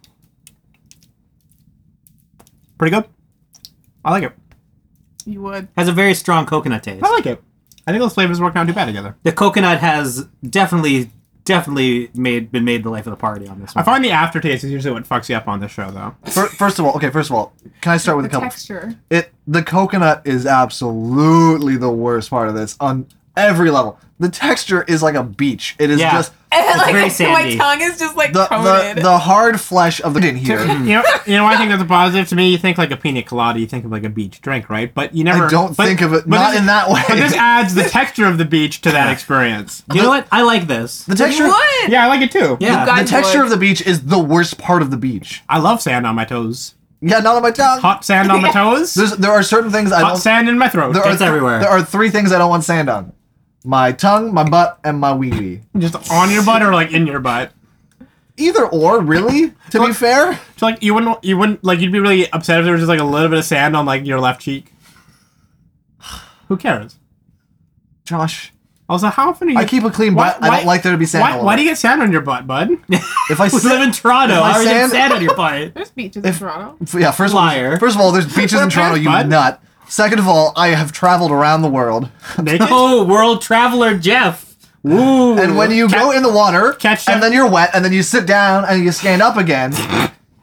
Speaker 3: Pretty good. I like it.
Speaker 4: you would.
Speaker 5: Has a very strong coconut taste.
Speaker 3: I like it. I think those flavors work out too bad together.
Speaker 5: The coconut has definitely definitely made been made the life of the party on this
Speaker 3: I
Speaker 5: one.
Speaker 3: find the aftertaste is usually what fucks you up on this show, though.
Speaker 2: Fir- First of all, okay. First of all, can I start with
Speaker 4: The
Speaker 2: a couple?
Speaker 4: texture.
Speaker 2: It the coconut is absolutely the worst part of this on every level. The texture is like a beach. It is
Speaker 5: Yeah.
Speaker 2: just
Speaker 4: And like
Speaker 5: very
Speaker 4: my
Speaker 5: sandy.
Speaker 4: tongue is just like
Speaker 2: the
Speaker 4: coated.
Speaker 2: the, the hard flesh of the in here.
Speaker 3: You know, you know, I think that's a positive to me. You think like a pina colada, you think of like a beach drink, right? But you never.
Speaker 2: I don't
Speaker 3: but-
Speaker 2: think of it
Speaker 3: but
Speaker 2: not
Speaker 3: this-
Speaker 2: in that way.
Speaker 3: But this adds the texture of the beach to that experience.
Speaker 5: you know what? I like this.
Speaker 2: the texture,
Speaker 4: What?
Speaker 3: Yeah, I like it too.
Speaker 5: Yeah.
Speaker 4: You guys
Speaker 2: the texture
Speaker 4: would.
Speaker 2: of the beach is the worst part of the beach.
Speaker 3: I love sand on my toes.
Speaker 2: Yeah, not on my tongue.
Speaker 3: Hot sand on my toes.
Speaker 2: There's, there are certain things I
Speaker 3: Hot
Speaker 2: don't.
Speaker 3: sand in my throat.
Speaker 2: There are
Speaker 5: It's
Speaker 2: th-
Speaker 5: everywhere.
Speaker 2: There are three things I don't want sand on: my tongue, my butt, and my wee wee.
Speaker 3: Just on your butt or like in your butt.
Speaker 2: Either or, really. To be fair,
Speaker 3: So like you wouldn't you wouldn't like you'd be really upset if there was just like a little bit of sand on like your left cheek. Who cares?
Speaker 2: Josh,
Speaker 3: Also, how often are you?
Speaker 2: I keep a clean
Speaker 3: Why-
Speaker 2: butt. I
Speaker 3: why-
Speaker 2: don't like there to be sand.
Speaker 3: Why,
Speaker 2: all
Speaker 3: why
Speaker 2: over.
Speaker 3: do you get sand on your butt, bud?
Speaker 2: If I
Speaker 5: We live in Toronto.
Speaker 2: If I
Speaker 5: How are you
Speaker 2: sand-
Speaker 5: sand on your butt?
Speaker 4: There's beaches
Speaker 2: If-
Speaker 4: in Toronto.
Speaker 2: F- Yeah, first Of
Speaker 5: Liar.
Speaker 2: all, first of all, there's beaches in
Speaker 3: We're
Speaker 2: Toronto,
Speaker 3: past
Speaker 2: you
Speaker 3: Bud.
Speaker 2: nut. Second of all, I have traveled around the world.
Speaker 3: Naked.
Speaker 5: Oh, world traveler Jeff. Ooh.
Speaker 2: And when you go in the water,
Speaker 3: Catch
Speaker 2: and
Speaker 3: up.
Speaker 2: then you're wet, and then you sit down and you stand up again,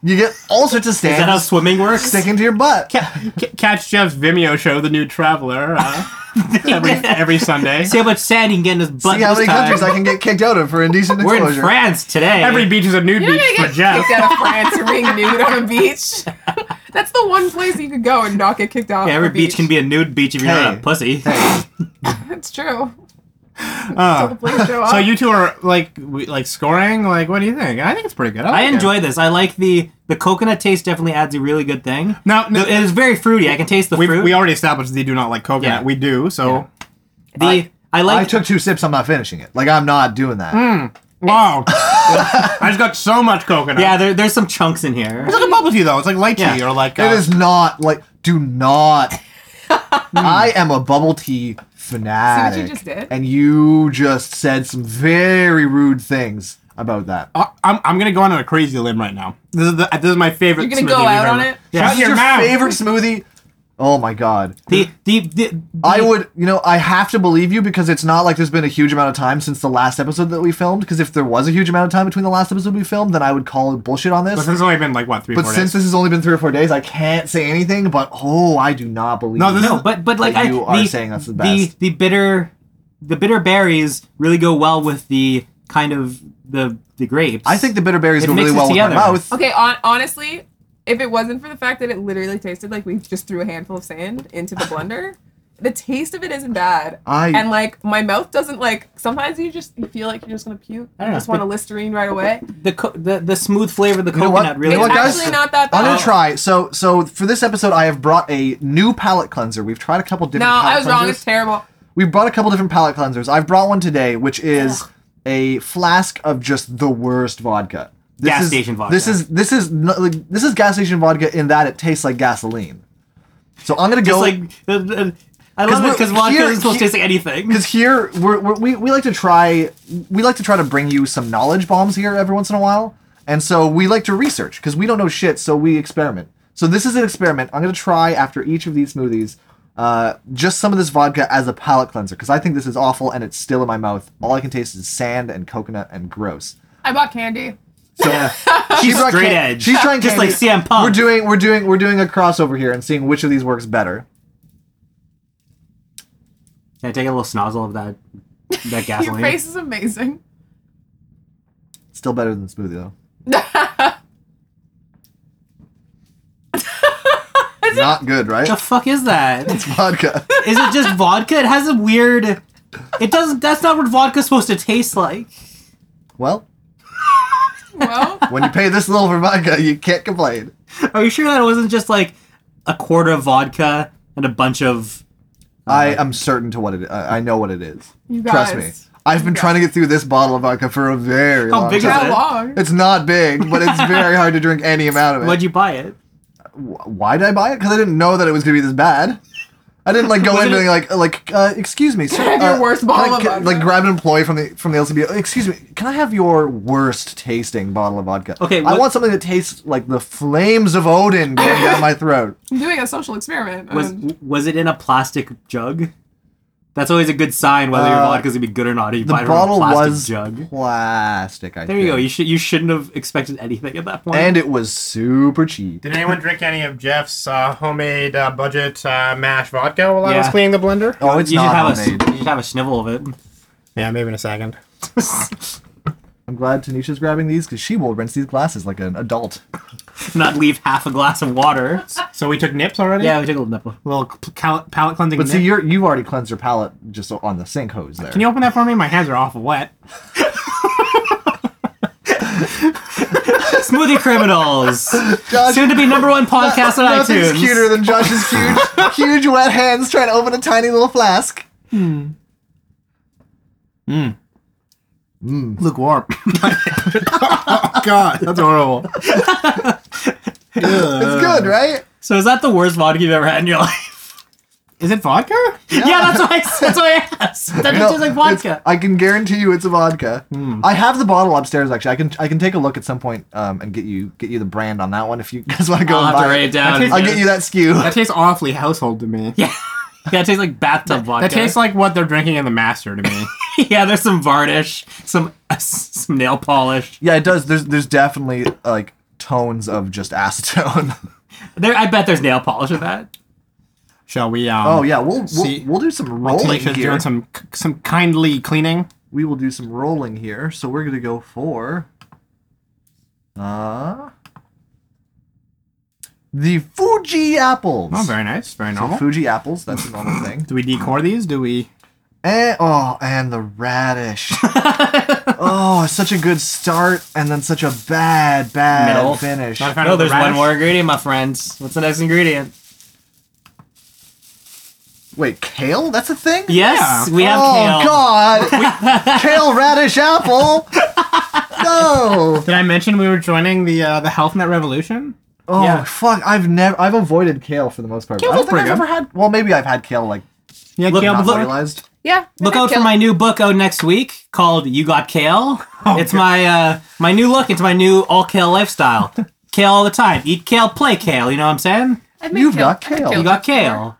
Speaker 2: you get all sorts of
Speaker 5: is that how
Speaker 2: stains
Speaker 5: swimming works?
Speaker 2: sticking to your butt.
Speaker 3: Ca- ca- catch Jeff's Vimeo show, The New Traveler, uh, every, every Sunday.
Speaker 5: See how much sand you can get in his butt.
Speaker 2: See how many
Speaker 5: this time.
Speaker 2: countries I can get kicked out of for indecent
Speaker 5: We're
Speaker 2: exposure.
Speaker 5: in France today.
Speaker 3: Every beach is a nude
Speaker 4: You're not
Speaker 3: beach for
Speaker 4: gonna get
Speaker 3: Jeff.
Speaker 4: kicked out of France for being nude on a beach. That's the one place you could go and not get kicked out.
Speaker 5: Yeah, every beach can be a nude beach if you're not
Speaker 2: Hey.
Speaker 5: a pussy.
Speaker 4: That's true. Until the
Speaker 3: Uh,
Speaker 4: police show up.
Speaker 3: so you two are like we, like scoring. Like, what do you think? I think it's pretty good.
Speaker 5: I
Speaker 3: like it.
Speaker 5: enjoy this. I like the the coconut taste. Definitely adds a really good thing.
Speaker 3: Now,
Speaker 5: The- it is very fruity. I can taste the
Speaker 3: we,
Speaker 5: fruit.
Speaker 3: we already established they do not like coconut.
Speaker 5: Yeah.
Speaker 3: We do. So,
Speaker 5: the I,
Speaker 2: I
Speaker 5: like Mm.
Speaker 2: took two sips. I'm not finishing it. Like I'm not doing that.
Speaker 3: wow, I just got so much coconut.
Speaker 5: yeah. There, there's some chunks in here.
Speaker 3: it's like a bubble tea though. It's like lychee
Speaker 5: Yeah.
Speaker 3: or like uh,
Speaker 2: It is not like. Do not. I am a bubble tea fanatic.
Speaker 4: just did?
Speaker 2: And you just said some very rude things about that.
Speaker 3: I, am I'm gonna go on a crazy limb right now. This is the, this is my favorite.
Speaker 4: You're gonna
Speaker 3: smoothie
Speaker 4: go
Speaker 3: we've
Speaker 4: out on
Speaker 3: ever-
Speaker 4: it?
Speaker 5: Yeah.
Speaker 2: This is
Speaker 3: Shut your,
Speaker 2: your
Speaker 3: mouth.
Speaker 2: favorite smoothie. Oh my god.
Speaker 5: The the, the,
Speaker 2: I
Speaker 5: the-
Speaker 2: would, you know, I have to believe you because it's not like there's been a huge amount of time since the last episode that we filmed. Because if there was a huge amount of time between the last episode we filmed, then I would call bullshit on
Speaker 3: But
Speaker 2: this.
Speaker 3: since it's only been like what three,
Speaker 2: But
Speaker 3: four days.
Speaker 2: since this has only been three or four days, I can't say anything. But oh, I do not believe.
Speaker 3: No, this
Speaker 2: you.
Speaker 5: no, but but like
Speaker 2: But
Speaker 5: I,
Speaker 2: you are
Speaker 5: the,
Speaker 2: saying that's the best.
Speaker 5: The, bitter, the bitter berries really go well with the kind of the the grapes.
Speaker 2: I think the bitter berries
Speaker 5: It
Speaker 2: go really well
Speaker 5: mixes
Speaker 2: with my
Speaker 5: together.
Speaker 2: mouth.
Speaker 4: okay, on- honestly, if it wasn't for the fact that it literally tasted like we just threw a handful of sand into the blender, the taste of it isn't bad.
Speaker 2: I-
Speaker 4: and like my mouth doesn't like. Sometimes you just you feel like you're just gonna puke. I
Speaker 5: I don't know,
Speaker 4: just want a listerine right away.
Speaker 5: the co- the the smooth flavor of the
Speaker 2: You know what?
Speaker 5: coconut really.
Speaker 2: You know what,
Speaker 4: it's
Speaker 2: guys?
Speaker 4: actually not that
Speaker 2: I'm
Speaker 4: bad.
Speaker 2: gonna try. So, so for this episode, I have brought a new palette cleanser. We've tried a couple different.
Speaker 4: No, I was
Speaker 2: palette
Speaker 4: wrong.
Speaker 2: cleansers.
Speaker 4: It's terrible.
Speaker 2: we brought a couple different palate cleansers. I've brought one today, which is a flask of just the worst vodka. This
Speaker 5: Gas
Speaker 2: is-
Speaker 5: station vodka.
Speaker 2: This is this is no- like, this is gas station vodka in that it tastes like gasoline. So I'm gonna
Speaker 5: It's
Speaker 2: go
Speaker 5: like the, the, I
Speaker 2: 'Cause
Speaker 5: love it
Speaker 2: we're-
Speaker 5: because vodka
Speaker 2: here-
Speaker 5: isn't supposed to
Speaker 2: here-
Speaker 5: taste like anything.
Speaker 2: because here we're, we're, we we like to try we like to try to bring you some knowledge bombs here every once in a while, and so we like to research because we don't know shit, so we experiment. So this is an experiment. I'm gonna try after each of these smoothies. Uh, just some of this vodka as a palate cleanser because I think this is awful and it's still in my mouth. All I can taste is sand and coconut and gross.
Speaker 4: I bought candy.
Speaker 2: So she's
Speaker 5: straight edge.
Speaker 2: She's trying
Speaker 5: Just
Speaker 2: candy.
Speaker 5: like CM Punk.
Speaker 2: We're doing we're doing we're doing a crossover here and seeing which of these works better.
Speaker 5: Can I take a little snozzle of that that
Speaker 4: Your
Speaker 5: gasoline?
Speaker 4: face is amazing.
Speaker 2: Still better than smoothie though. Not good, right?
Speaker 5: the fuck is that?
Speaker 2: It's vodka.
Speaker 5: Is it just vodka? It has a weird. It doesn't. That's not what vodka's supposed to taste like.
Speaker 2: Well,
Speaker 4: well,
Speaker 2: when you pay this little for vodka, you can't complain.
Speaker 5: Are you sure that it wasn't just like a quarter of vodka and a bunch of? Uh-huh.
Speaker 2: I am certain to what it. I I know what it is.
Speaker 4: you guys.
Speaker 2: Trust me. I've been trying to get through this bottle of vodka for a very
Speaker 5: How
Speaker 2: long
Speaker 5: big is
Speaker 2: time.
Speaker 5: it?
Speaker 4: How long?
Speaker 2: It's not big, but it's very hard to drink any amount of it.
Speaker 5: What'd you buy it?
Speaker 2: Wh- Why did I buy it? Because I didn't know that it was gonna be this bad. I didn't like go
Speaker 5: Was
Speaker 2: in
Speaker 5: it-
Speaker 2: being like like uh, excuse me. Sir,
Speaker 4: I have your
Speaker 2: uh,
Speaker 4: worst
Speaker 2: can
Speaker 4: bottle
Speaker 2: I,
Speaker 4: of
Speaker 2: can-
Speaker 4: vodka?"
Speaker 2: Like grab an employee from the from the LCB. Excuse me, can I have your worst tasting bottle of vodka?
Speaker 5: Okay,
Speaker 2: I
Speaker 5: what-
Speaker 2: want something that tastes like the flames of Odin going down my throat. Um,
Speaker 4: I'm doing a social experiment. Um,
Speaker 5: Was
Speaker 4: and-
Speaker 5: was it in a plastic jug? That's always a good sign whether your
Speaker 2: Uh,
Speaker 5: vodka's gonna be good or not. if You
Speaker 2: The
Speaker 5: buy it
Speaker 2: bottle
Speaker 5: from a plastic
Speaker 2: was
Speaker 5: jug.
Speaker 2: plastic. I
Speaker 5: There you go. You
Speaker 2: think.
Speaker 5: should you shouldn't have expected anything at that point.
Speaker 2: and it was super cheap.
Speaker 6: Did anyone drink any of Jeff's uh, homemade uh, budget uh, mash vodka while I was
Speaker 5: Yeah.
Speaker 6: cleaning the blender?
Speaker 2: Oh, it's
Speaker 5: you should
Speaker 2: not
Speaker 5: have
Speaker 2: homemade.
Speaker 5: a you should have a snivel of it.
Speaker 6: Yeah, maybe in a second.
Speaker 2: I'm glad Tanisha's grabbing these because she will rinse these glasses like an adult.
Speaker 5: Not leave half a glass of water.
Speaker 3: So we took nips already.
Speaker 5: yeah, we took a little nipple.
Speaker 3: Little c- cal- palate cleansing.
Speaker 2: But
Speaker 3: nip.
Speaker 2: see, you're, you've already cleansed your palate just on the sink hose there.
Speaker 3: Can you open that for me? My hands are awful wet.
Speaker 5: Smoothie criminals.
Speaker 2: Josh,
Speaker 5: Soon to be number one podcast on
Speaker 2: nothing's
Speaker 5: iTunes.
Speaker 2: cuter than Josh's huge, huge wet hands trying to open a tiny little flask.
Speaker 3: Lukewarm. Oh,
Speaker 6: God, that's horrible.
Speaker 5: Uh,
Speaker 2: It's good, right?
Speaker 5: So is that the worst vodka you've ever had in your life?
Speaker 3: Is it vodka?
Speaker 5: Yeah, that's why I, that's why I asked. That just
Speaker 2: No,
Speaker 5: tastes like
Speaker 2: it's-
Speaker 5: vodka.
Speaker 2: I can guarantee you it's a vodka.
Speaker 5: Hmm.
Speaker 2: I have the bottle upstairs. Actually, I can I can take a look at some point um, and get you get you the brand on that one if you guys want to go
Speaker 5: I'll
Speaker 2: and
Speaker 5: have to
Speaker 2: buy
Speaker 5: write it
Speaker 2: it.
Speaker 5: down.
Speaker 2: I'll get you that skew.
Speaker 3: That tastes awfully household to me.
Speaker 5: Yeah. Yeah, it tastes like bathtub vodka.
Speaker 3: That tastes like what they're drinking in the master to me.
Speaker 5: yeah. There's some varnish, some some nail polish.
Speaker 2: Yeah, it does. There's there's definitely like tones of just acetone.
Speaker 5: Hmm. There, I bet there's nail polish in that.
Speaker 3: Shall we? Um,
Speaker 2: oh yeah, we'll we'll,
Speaker 3: See,
Speaker 2: we'll do some rolling
Speaker 3: Alicia's
Speaker 2: here.
Speaker 3: doing some some kindly cleaning.
Speaker 2: we will do some rolling here. So we're gonna go for uh the Fuji apples.
Speaker 3: Oh, very nice. Very
Speaker 2: So
Speaker 3: normal.
Speaker 2: Fuji apples, that's a normal thing.
Speaker 3: Do we decor these? Do we?
Speaker 2: And, oh, and the radish. oh, such a good start, and then such a bad, bad
Speaker 5: Middle.
Speaker 2: finish.
Speaker 3: Not a fan
Speaker 5: No,
Speaker 3: of the
Speaker 5: Oh, there's
Speaker 3: radish?
Speaker 5: one more ingredient, my friends. What's the next ingredient?
Speaker 2: Wait, kale? That's a thing?
Speaker 5: Yes,
Speaker 3: Yeah.
Speaker 5: we have
Speaker 2: oh
Speaker 5: kale.
Speaker 2: God! kale radish apple. No.
Speaker 3: Did I mention we were joining the uh, the health net revolution?
Speaker 2: Oh
Speaker 5: Yeah.
Speaker 2: fuck! I've never I've avoided kale for the most part. but I don't
Speaker 3: Kale's
Speaker 2: think
Speaker 3: pretty
Speaker 2: I've
Speaker 3: good.
Speaker 2: ever had. Well, maybe I've had kale like
Speaker 3: Yeah,
Speaker 5: Look,
Speaker 3: Gail,
Speaker 5: I'm
Speaker 2: not
Speaker 5: Um, look-
Speaker 2: realized.
Speaker 4: Yeah.
Speaker 5: Look out for my new book out next week called "You Got Kale."
Speaker 3: Oh,
Speaker 5: it's my uh, my new look. It's my new all kale lifestyle. kale all the time. Eat kale, play kale. You know what I'm saying?
Speaker 4: I've made
Speaker 2: You've got
Speaker 4: I've made
Speaker 2: kale.
Speaker 5: You got kale.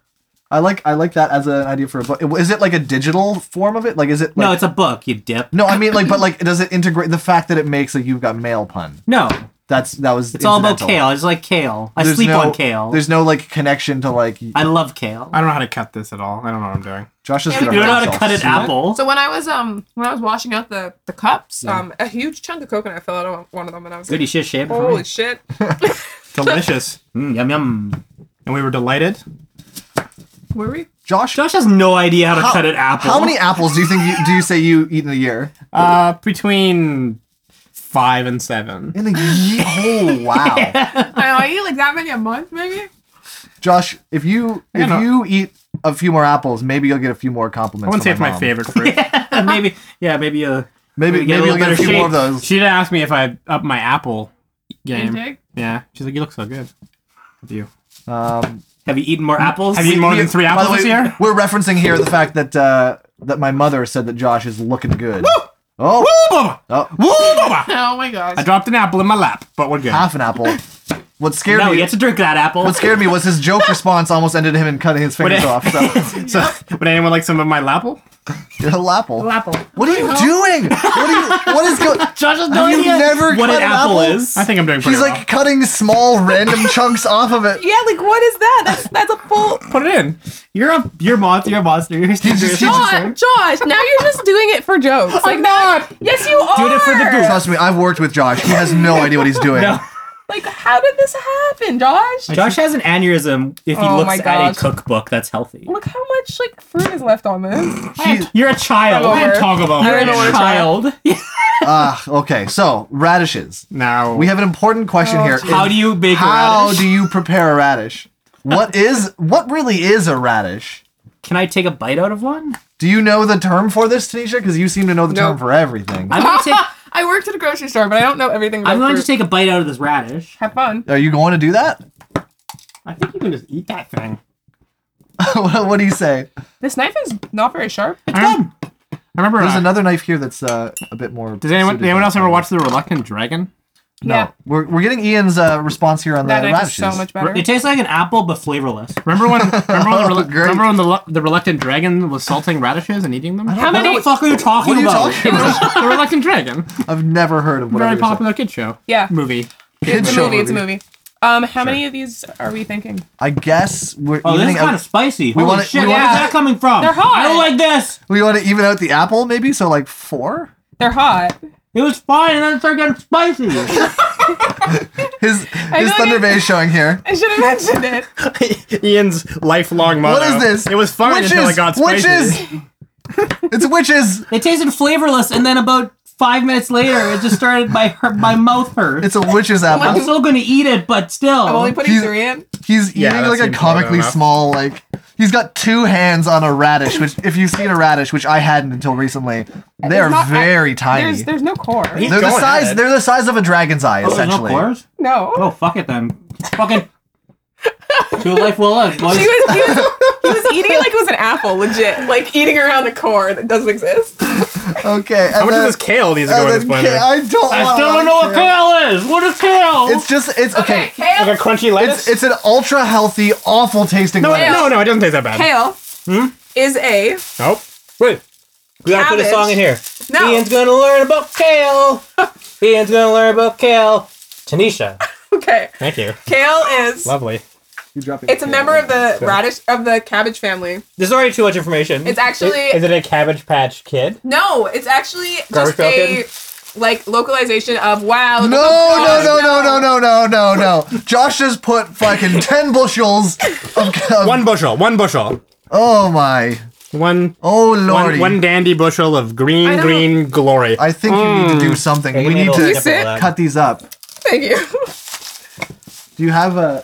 Speaker 2: I like I like that as an idea for a book. Is it like a digital form of it? Like is it? Like,
Speaker 5: No, it's a book. You dip.
Speaker 2: no, I mean like, but like, does it integrate the fact that it makes like you've got mail pun?
Speaker 5: No,
Speaker 2: That's that was.
Speaker 5: it's all about
Speaker 2: incidental.
Speaker 5: kale. I just like kale. I
Speaker 2: There's
Speaker 5: sleep
Speaker 2: no-
Speaker 5: on kale.
Speaker 2: There's no like connection to like
Speaker 5: I love kale.
Speaker 3: I don't know how to cut this at all. I don't know what I'm doing.
Speaker 2: Josh is.
Speaker 4: Yeah,
Speaker 2: gonna
Speaker 5: You don't know how
Speaker 2: hurt
Speaker 5: to cut an
Speaker 2: himself. See that?
Speaker 5: apple.
Speaker 4: So when I was um when I was washing out the the cups, um a huge chunk of coconut fell out of one of them, and I was
Speaker 5: Goody
Speaker 4: like,
Speaker 5: shit shape.
Speaker 4: "Holy shit!"
Speaker 3: Delicious.
Speaker 5: Mm, yum yum.
Speaker 3: and we were delighted.
Speaker 4: Were we?
Speaker 2: Josh,
Speaker 5: Josh has no idea how to
Speaker 2: How-
Speaker 5: cut an apple.
Speaker 2: how many apples do you think you do you say you eat in a year?
Speaker 3: Uh, between five and seven.
Speaker 2: In a year? Oh wow.
Speaker 4: I don't know, I eat like that many a month, maybe.
Speaker 2: Josh, if you
Speaker 3: I
Speaker 2: if
Speaker 3: don't
Speaker 2: you eat a few more apples, maybe you'll get a few more compliments.
Speaker 3: I wouldn't say
Speaker 2: from
Speaker 3: it's my
Speaker 2: mom.
Speaker 3: favorite fruit.
Speaker 5: maybe yeah, maybe uh, a
Speaker 2: Maybe maybe,
Speaker 5: Maybe get a
Speaker 2: you'll
Speaker 5: little
Speaker 2: get a
Speaker 5: better
Speaker 2: few
Speaker 5: shape.
Speaker 2: more of those.
Speaker 3: She'd asked me if I up my apple game.
Speaker 4: Intake.
Speaker 3: Yeah, she's like, "You look so good." With you.
Speaker 2: Um,
Speaker 5: have you eaten more apples?
Speaker 3: Have you eaten more than three
Speaker 2: by the
Speaker 3: apples
Speaker 2: way,
Speaker 3: this year?
Speaker 2: We're referencing here the fact that uh, that my mother said that Josh is looking good. Oh,
Speaker 3: Bubba!
Speaker 2: oh,
Speaker 3: Woo, Bubba!
Speaker 4: Oh my gosh!
Speaker 3: I dropped an apple in my lap, but we're good.
Speaker 2: half an apple. What scared
Speaker 5: No,
Speaker 2: me?
Speaker 5: you have to drink that apple.
Speaker 2: What scared me was his joke response almost ended him in cutting his fingers off. So,
Speaker 3: So, would anyone like some of my lapple?
Speaker 2: little apple.
Speaker 4: apple.
Speaker 2: What are you doing? What are you? What is going?
Speaker 5: Josh has no
Speaker 2: Have you
Speaker 5: idea
Speaker 2: never
Speaker 5: what
Speaker 2: cut
Speaker 5: an
Speaker 2: an
Speaker 5: apple,
Speaker 2: apple?
Speaker 5: is.
Speaker 3: I think I'm doing pretty
Speaker 2: He's like cutting small random chunks off of it.
Speaker 4: Yeah, like what is that? That's that's a full.
Speaker 3: well. put it in.
Speaker 5: You're a you're a monster. You're a monster. You're a
Speaker 2: just- he
Speaker 4: Josh, Josh, now you're just doing it for jokes. Like that. Yes, you are.
Speaker 5: Doing it for the goof.
Speaker 2: Trust me, I've worked with Josh. He has no idea what he's doing.
Speaker 5: No.
Speaker 4: Like, how did this happen, Josh?
Speaker 5: Josh has an aneurysm if he
Speaker 4: Oh my
Speaker 5: looks at a
Speaker 4: gosh.
Speaker 5: cookbook that's healthy.
Speaker 4: Look how much like fruit is left on this.
Speaker 2: He-
Speaker 5: You're a child.
Speaker 4: I'm over.
Speaker 3: Talk about
Speaker 5: You're
Speaker 4: I don't know
Speaker 5: a
Speaker 4: what it's
Speaker 5: child.
Speaker 2: Ah, okay. So radishes.
Speaker 3: now.
Speaker 2: We have an important question here.
Speaker 5: How do you make
Speaker 2: How
Speaker 5: a radish?
Speaker 2: do you prepare a radish? What is what really is a radish?
Speaker 5: Can I take a bite out of one?
Speaker 2: Do you know the term for this, Tanisha? Because you seem to know the term
Speaker 4: Nope.
Speaker 2: for everything.
Speaker 5: I'm gonna take.
Speaker 4: I worked at a grocery store, but I don't know everything. About
Speaker 5: I'm going to
Speaker 4: fruit.
Speaker 5: take a bite out of this radish.
Speaker 4: Have fun.
Speaker 2: Are you going to do that?
Speaker 3: I think you can just eat that thing.
Speaker 2: what, what do you say?
Speaker 4: This knife is not very sharp.
Speaker 3: It's good. I remember.
Speaker 2: There's
Speaker 3: uh,
Speaker 2: another knife here that's uh, a bit more.
Speaker 3: Does anyone
Speaker 2: suited
Speaker 3: anyone
Speaker 2: to-
Speaker 3: else ever watch the Reluctant Dragon?
Speaker 2: No,
Speaker 4: Yeah.
Speaker 2: we're, we're getting Ian's uh, response here on
Speaker 4: That
Speaker 2: the
Speaker 4: knife is
Speaker 2: radishes.
Speaker 4: so much better.
Speaker 5: It tastes like an apple, but flavorless.
Speaker 3: Remember when? Remember when, the, relu-
Speaker 2: Great.
Speaker 3: remember when the, lu- the reluctant dragon was salting radishes and eating them?
Speaker 5: How
Speaker 4: many-
Speaker 5: the fuck are you talking
Speaker 2: What are you
Speaker 5: about?
Speaker 2: talking
Speaker 3: It
Speaker 2: about?
Speaker 3: was the reluctant dragon,
Speaker 2: I've never heard of whatever
Speaker 3: very
Speaker 2: you're talking-
Speaker 3: popular kid show
Speaker 4: Yeah.
Speaker 3: movie.
Speaker 2: Kids
Speaker 4: It's a
Speaker 2: show
Speaker 4: movie. It's a movie. Um, how many of these are we thinking?
Speaker 2: I guess we're
Speaker 5: Oh, this
Speaker 2: evening
Speaker 5: is kind
Speaker 2: out,
Speaker 5: of spicy. Holy
Speaker 2: wanna-
Speaker 5: shit,
Speaker 2: we
Speaker 5: where's
Speaker 4: wanna-
Speaker 5: that coming from?
Speaker 4: They're hot.
Speaker 5: I don't like this.
Speaker 2: we want to even out the apple, maybe. So like four.
Speaker 4: They're hot.
Speaker 5: It was fine, and then it started getting spicy.
Speaker 2: His his
Speaker 4: like
Speaker 2: Thunder
Speaker 4: it-
Speaker 2: Bay is showing here.
Speaker 4: I should have mentioned it.
Speaker 6: Ian's lifelong motto.
Speaker 2: What is this?
Speaker 6: It was fine
Speaker 2: witches,
Speaker 6: until it got spicy.
Speaker 2: witches. it's witches.
Speaker 5: it tasted flavorless, and then about five minutes later, it just started my hurt, my mouth hurt.
Speaker 2: It's a witch's
Speaker 5: I'm
Speaker 2: apple.
Speaker 5: still gonna eat it, but still. Oh,
Speaker 4: I'm only putting
Speaker 2: He's-
Speaker 4: three in.
Speaker 2: He's
Speaker 6: Yeah,
Speaker 2: eating
Speaker 6: that
Speaker 2: like a
Speaker 6: seems
Speaker 2: comically
Speaker 6: enough.
Speaker 2: small like. He's got two hands on a radish, which if you've seen a radish, which I hadn't until recently, they are
Speaker 4: There's not- I-
Speaker 2: very tiny.
Speaker 4: There's there's no core.
Speaker 2: they're the
Speaker 6: going at
Speaker 2: size.
Speaker 6: it.
Speaker 2: They're the size of a dragon's eye,
Speaker 5: Oh, there's no
Speaker 2: essentially.
Speaker 5: cores?
Speaker 4: No.
Speaker 5: Oh, fuck it then. Fucking. to a life well lived. boys.
Speaker 4: He was, he, was, he was eating it like it was an apple, legit. Like eating around the core that doesn't exist.
Speaker 2: okay.
Speaker 6: How
Speaker 2: and
Speaker 6: much of
Speaker 2: then-
Speaker 6: this kale needs to
Speaker 2: and
Speaker 6: go in this
Speaker 2: then
Speaker 6: blender?
Speaker 2: ca- I don't.
Speaker 5: I
Speaker 2: want
Speaker 5: still don't
Speaker 2: a
Speaker 5: know
Speaker 2: lot
Speaker 5: what
Speaker 2: of
Speaker 5: kale is. What is kale?
Speaker 2: It's just. It's okay.
Speaker 4: kale.
Speaker 6: like a crunchy lettuce?
Speaker 2: It's it's an ultra healthy, awful tasting.
Speaker 6: no,
Speaker 2: lettuce.
Speaker 6: no, no, it doesn't taste that bad.
Speaker 4: Kale is a
Speaker 6: Nope. Wait.
Speaker 5: we gotta put a
Speaker 4: cabbage.
Speaker 5: song in here.
Speaker 4: No.
Speaker 5: Ian's gonna learn about kale. Ian's gonna learn about kale. Tanisha.
Speaker 4: okay.
Speaker 6: Thank you.
Speaker 4: Kale is
Speaker 6: Lovely.
Speaker 4: it's a member of the radish of the cabbage family.
Speaker 5: There's already too much information.
Speaker 4: It's actually
Speaker 6: Is it a Cabbage Patch Kid?
Speaker 4: no. It's actually just
Speaker 6: Garbage Pail
Speaker 4: a like localization of wow.
Speaker 2: No,
Speaker 4: look
Speaker 2: no,
Speaker 4: at
Speaker 2: no, no,
Speaker 4: oh God,
Speaker 2: no, no, no, no, no. Josh just put fucking 10 bushels of. of
Speaker 6: One bushel. One bushel.
Speaker 2: Oh my.
Speaker 6: One.
Speaker 2: Oh
Speaker 6: One,
Speaker 2: lordy.
Speaker 6: one dandy bushel of
Speaker 4: I
Speaker 6: green,
Speaker 4: don't-
Speaker 6: green glory.
Speaker 2: I think you need to
Speaker 3: Hmm.
Speaker 2: do something.
Speaker 5: Okay,
Speaker 2: we
Speaker 5: you
Speaker 2: need
Speaker 5: made a little
Speaker 2: to
Speaker 5: nipple of
Speaker 4: Sit.
Speaker 5: that.
Speaker 2: cut these up.
Speaker 4: Thank you.
Speaker 2: Do you have a.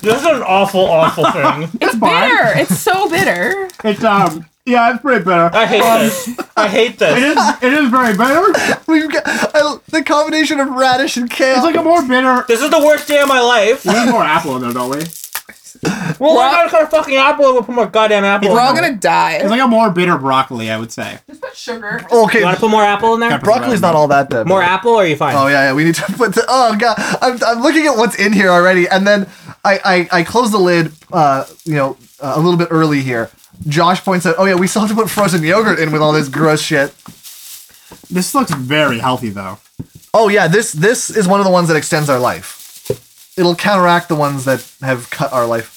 Speaker 5: This is an awful, awful thing.
Speaker 4: It's bitter. It's so bitter.
Speaker 3: It's um, yeah, it's pretty bitter.
Speaker 5: I hate this. I hate
Speaker 3: It
Speaker 5: this.
Speaker 3: is, it is very bitter.
Speaker 2: We've got I, the combination of radish and kale.
Speaker 3: It's like a more bitter.
Speaker 5: This is the worst day of my life.
Speaker 3: We need more apple in there, don't we? It's
Speaker 5: Well,
Speaker 4: We're
Speaker 5: we're
Speaker 4: all-
Speaker 5: not gonna fucking apple. We'll put more goddamn apple.
Speaker 4: We're all
Speaker 5: in there.
Speaker 4: gonna die.
Speaker 3: like a more bitter broccoli, I would say.
Speaker 4: Just put sugar.
Speaker 5: You
Speaker 2: okay,
Speaker 5: wanna put more apple in there?
Speaker 3: Pepper.
Speaker 2: broccoli's not all that then.
Speaker 5: More apple, or are you fine?
Speaker 2: Oh yeah, yeah. We need to put the. Oh god, I'm, I'm looking at what's in here already, and then I I, I close the lid. Uh, you know, uh, a little bit early here. Josh points out, oh yeah, we still have to put frozen yogurt in with all this gross shit.
Speaker 3: This looks very healthy though.
Speaker 2: Oh yeah, this this is one of the ones that extends our life. It'll counteract the ones that have cut our life.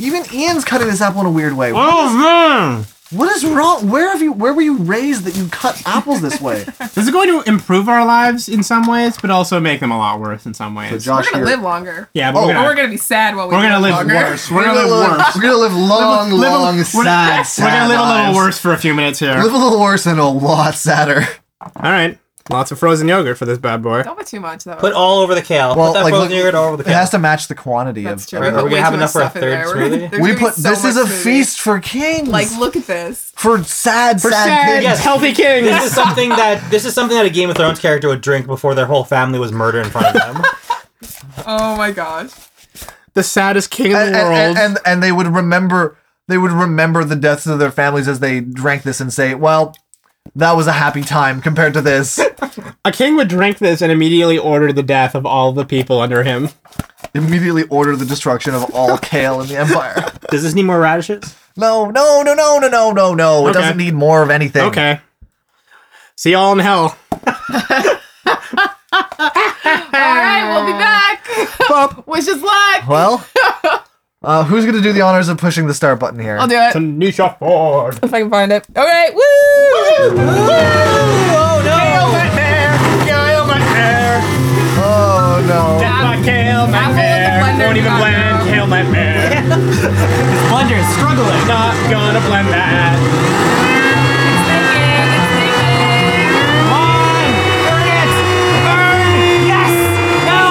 Speaker 2: Even Ian's cutting this apple in a weird way.
Speaker 6: Oh, man.
Speaker 2: What is wrong? Where have you? Where were you raised that you cut apples this way?
Speaker 3: This is going to improve our lives in some ways, but also make them a lot worse in some ways.
Speaker 2: So
Speaker 4: We're
Speaker 2: Josh
Speaker 4: gonna
Speaker 2: here-
Speaker 4: live longer.
Speaker 3: yeah, but
Speaker 2: Oh,
Speaker 3: we're
Speaker 4: Or
Speaker 3: gonna,
Speaker 4: we're gonna be sad while we
Speaker 3: we're gonna live
Speaker 2: longer.
Speaker 3: worse. We're gonna live worse.
Speaker 2: We're gonna live long,
Speaker 3: Live a-
Speaker 2: long,
Speaker 3: we're-
Speaker 2: sad, sad
Speaker 3: We're gonna live a
Speaker 2: lives.
Speaker 3: little worse for a few minutes here.
Speaker 2: Live a little worse and a lot sadder.
Speaker 6: All right. Lots of frozen yogurt for this bad boy.
Speaker 4: Don't put too much though.
Speaker 5: Put all over the kale.
Speaker 2: Well,
Speaker 5: put that
Speaker 2: like,
Speaker 5: frozen
Speaker 2: look,
Speaker 5: yogurt all over the
Speaker 2: It
Speaker 5: kale.
Speaker 2: has to match the quantity
Speaker 4: That's
Speaker 2: of.
Speaker 4: true.
Speaker 2: of
Speaker 4: We
Speaker 5: Are
Speaker 2: the-
Speaker 5: we
Speaker 4: put way
Speaker 5: gonna have
Speaker 4: too
Speaker 5: enough
Speaker 4: much
Speaker 5: for a
Speaker 4: stuff in
Speaker 5: third
Speaker 4: there. We're gonna-
Speaker 5: smoothie?
Speaker 4: there's
Speaker 2: we
Speaker 4: gonna be
Speaker 2: put
Speaker 4: so
Speaker 2: this is
Speaker 4: much
Speaker 2: a
Speaker 4: smoothie.
Speaker 2: feast for kings.
Speaker 4: Like, look at this.
Speaker 2: for sad, sad,
Speaker 3: sad,
Speaker 2: kings.
Speaker 5: yes.
Speaker 6: Healthy kings.
Speaker 5: This is something that this is something that a Game of Thrones character would drink before their whole family was murdered in front of them.
Speaker 4: Oh my gosh.
Speaker 6: the saddest king in
Speaker 3: Uh,
Speaker 6: the
Speaker 2: and,
Speaker 6: world.
Speaker 2: and, and and they would remember they would remember the deaths of their families as they drank this and say, "Well, that was a happy time compared to this."
Speaker 6: a king would drink this and immediately order the death of all the people under him.
Speaker 2: Immediately order the destruction of all kale in the empire.
Speaker 5: Does this need more radishes?
Speaker 2: No, no, no, no, no, no, no, no. It
Speaker 6: Okay.
Speaker 2: doesn't need more of anything.
Speaker 6: Okay. See y'all in hell.
Speaker 4: All right, we'll be back. Wish us luck.
Speaker 2: Well, uh, who's gonna do the honors of pushing the start button here?
Speaker 4: I'll do it
Speaker 6: Tanisha Ford.
Speaker 4: if I can find it. All right, woo!
Speaker 5: Oh no!
Speaker 6: Kale nightmare.
Speaker 2: Oh no.
Speaker 6: My kale
Speaker 4: Apple in the blender.
Speaker 6: nightmare. Won't even
Speaker 4: Oh,
Speaker 6: blend.
Speaker 4: no.
Speaker 6: Kale nightmare.
Speaker 5: Blender is struggling.
Speaker 6: Not gonna blend that.
Speaker 5: Come on! Burn it! Burn! Yes! No!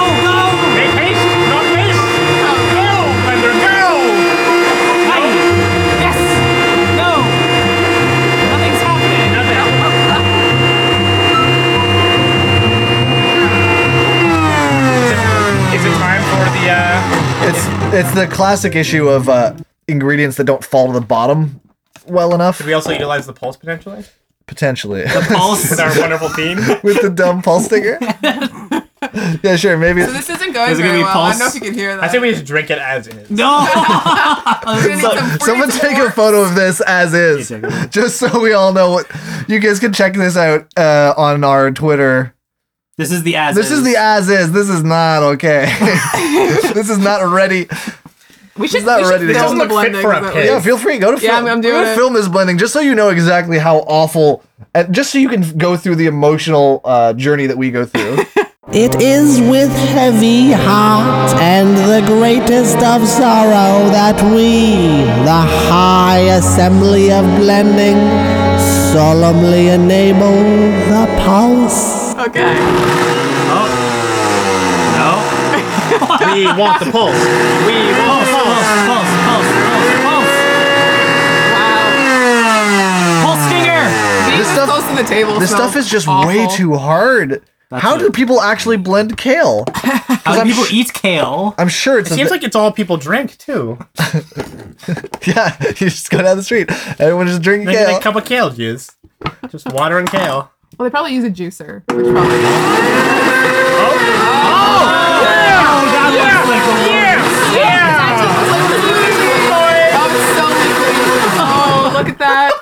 Speaker 6: Make haste. Not haste. Go, blender.
Speaker 5: Go!
Speaker 6: Go.
Speaker 5: Hey! Yes! No! Nothing's happening.
Speaker 6: Is it time for the uh?
Speaker 2: It's it's the classic issue of uh, ingredients that don't fall to the bottom well enough.
Speaker 6: We also utilize the pulse potentially.
Speaker 2: Potentially.
Speaker 5: Pulse.
Speaker 6: With our wonderful team.
Speaker 2: With the dumb pulse stinger. yeah, sure. Maybe
Speaker 4: So this isn't going
Speaker 5: Is it gonna
Speaker 4: very
Speaker 5: be
Speaker 4: well. I don't know if
Speaker 5: pulse?
Speaker 4: you can hear that.
Speaker 7: I think we should drink it as is.
Speaker 5: No.
Speaker 4: We're gonna need
Speaker 2: So-
Speaker 4: some- we're gonna
Speaker 2: someone
Speaker 4: need some
Speaker 2: take
Speaker 4: more-
Speaker 2: a photo of this as is, just so we all know what. You guys can check this out uh, on our Twitter.
Speaker 5: this is the as.
Speaker 2: This is the as is. This is not okay. this is not ready.
Speaker 4: We should,
Speaker 2: not
Speaker 4: we should
Speaker 2: ready to go.
Speaker 4: film the
Speaker 7: Doesn't look fit
Speaker 4: blending.
Speaker 7: for a
Speaker 4: that
Speaker 7: pig.
Speaker 4: way-
Speaker 2: Yeah, feel free. Go to film.
Speaker 4: Yeah, I'm- I'm doing
Speaker 2: go to
Speaker 4: it.
Speaker 2: film this blending just so you know exactly how awful, and just so you can go through the emotional uh, journey that we go through.
Speaker 8: It is with heavy heart and the greatest of sorrow that we, the High Assembly of Blending, solemnly enable the pulse.
Speaker 4: Okay.
Speaker 5: No.
Speaker 7: We want the pulse. We want
Speaker 5: Pulse,
Speaker 7: the
Speaker 5: pulse,
Speaker 7: pulse.
Speaker 5: pulse, pulse, pulse, pulse. Pulse stinger.
Speaker 4: Being this
Speaker 2: stuff-
Speaker 4: close to the table.
Speaker 2: this
Speaker 4: smells
Speaker 2: stuff is just
Speaker 4: awful.
Speaker 2: way too hard. how
Speaker 5: it.
Speaker 2: do people actually blend kale?
Speaker 5: How
Speaker 2: I'm
Speaker 5: do people
Speaker 2: sh-
Speaker 5: eat kale?
Speaker 2: I'm sure it's a
Speaker 7: Seems
Speaker 2: thi-
Speaker 7: like it's all people drink too.
Speaker 2: yeah. You just go down the street. Everyone just drinking
Speaker 7: Maybe
Speaker 2: kale.
Speaker 7: a cup of kale juice. Just water and kale.
Speaker 4: Well, they probably use a juicer, which probably.
Speaker 5: Oh, that looks like a
Speaker 4: Oh, look at that.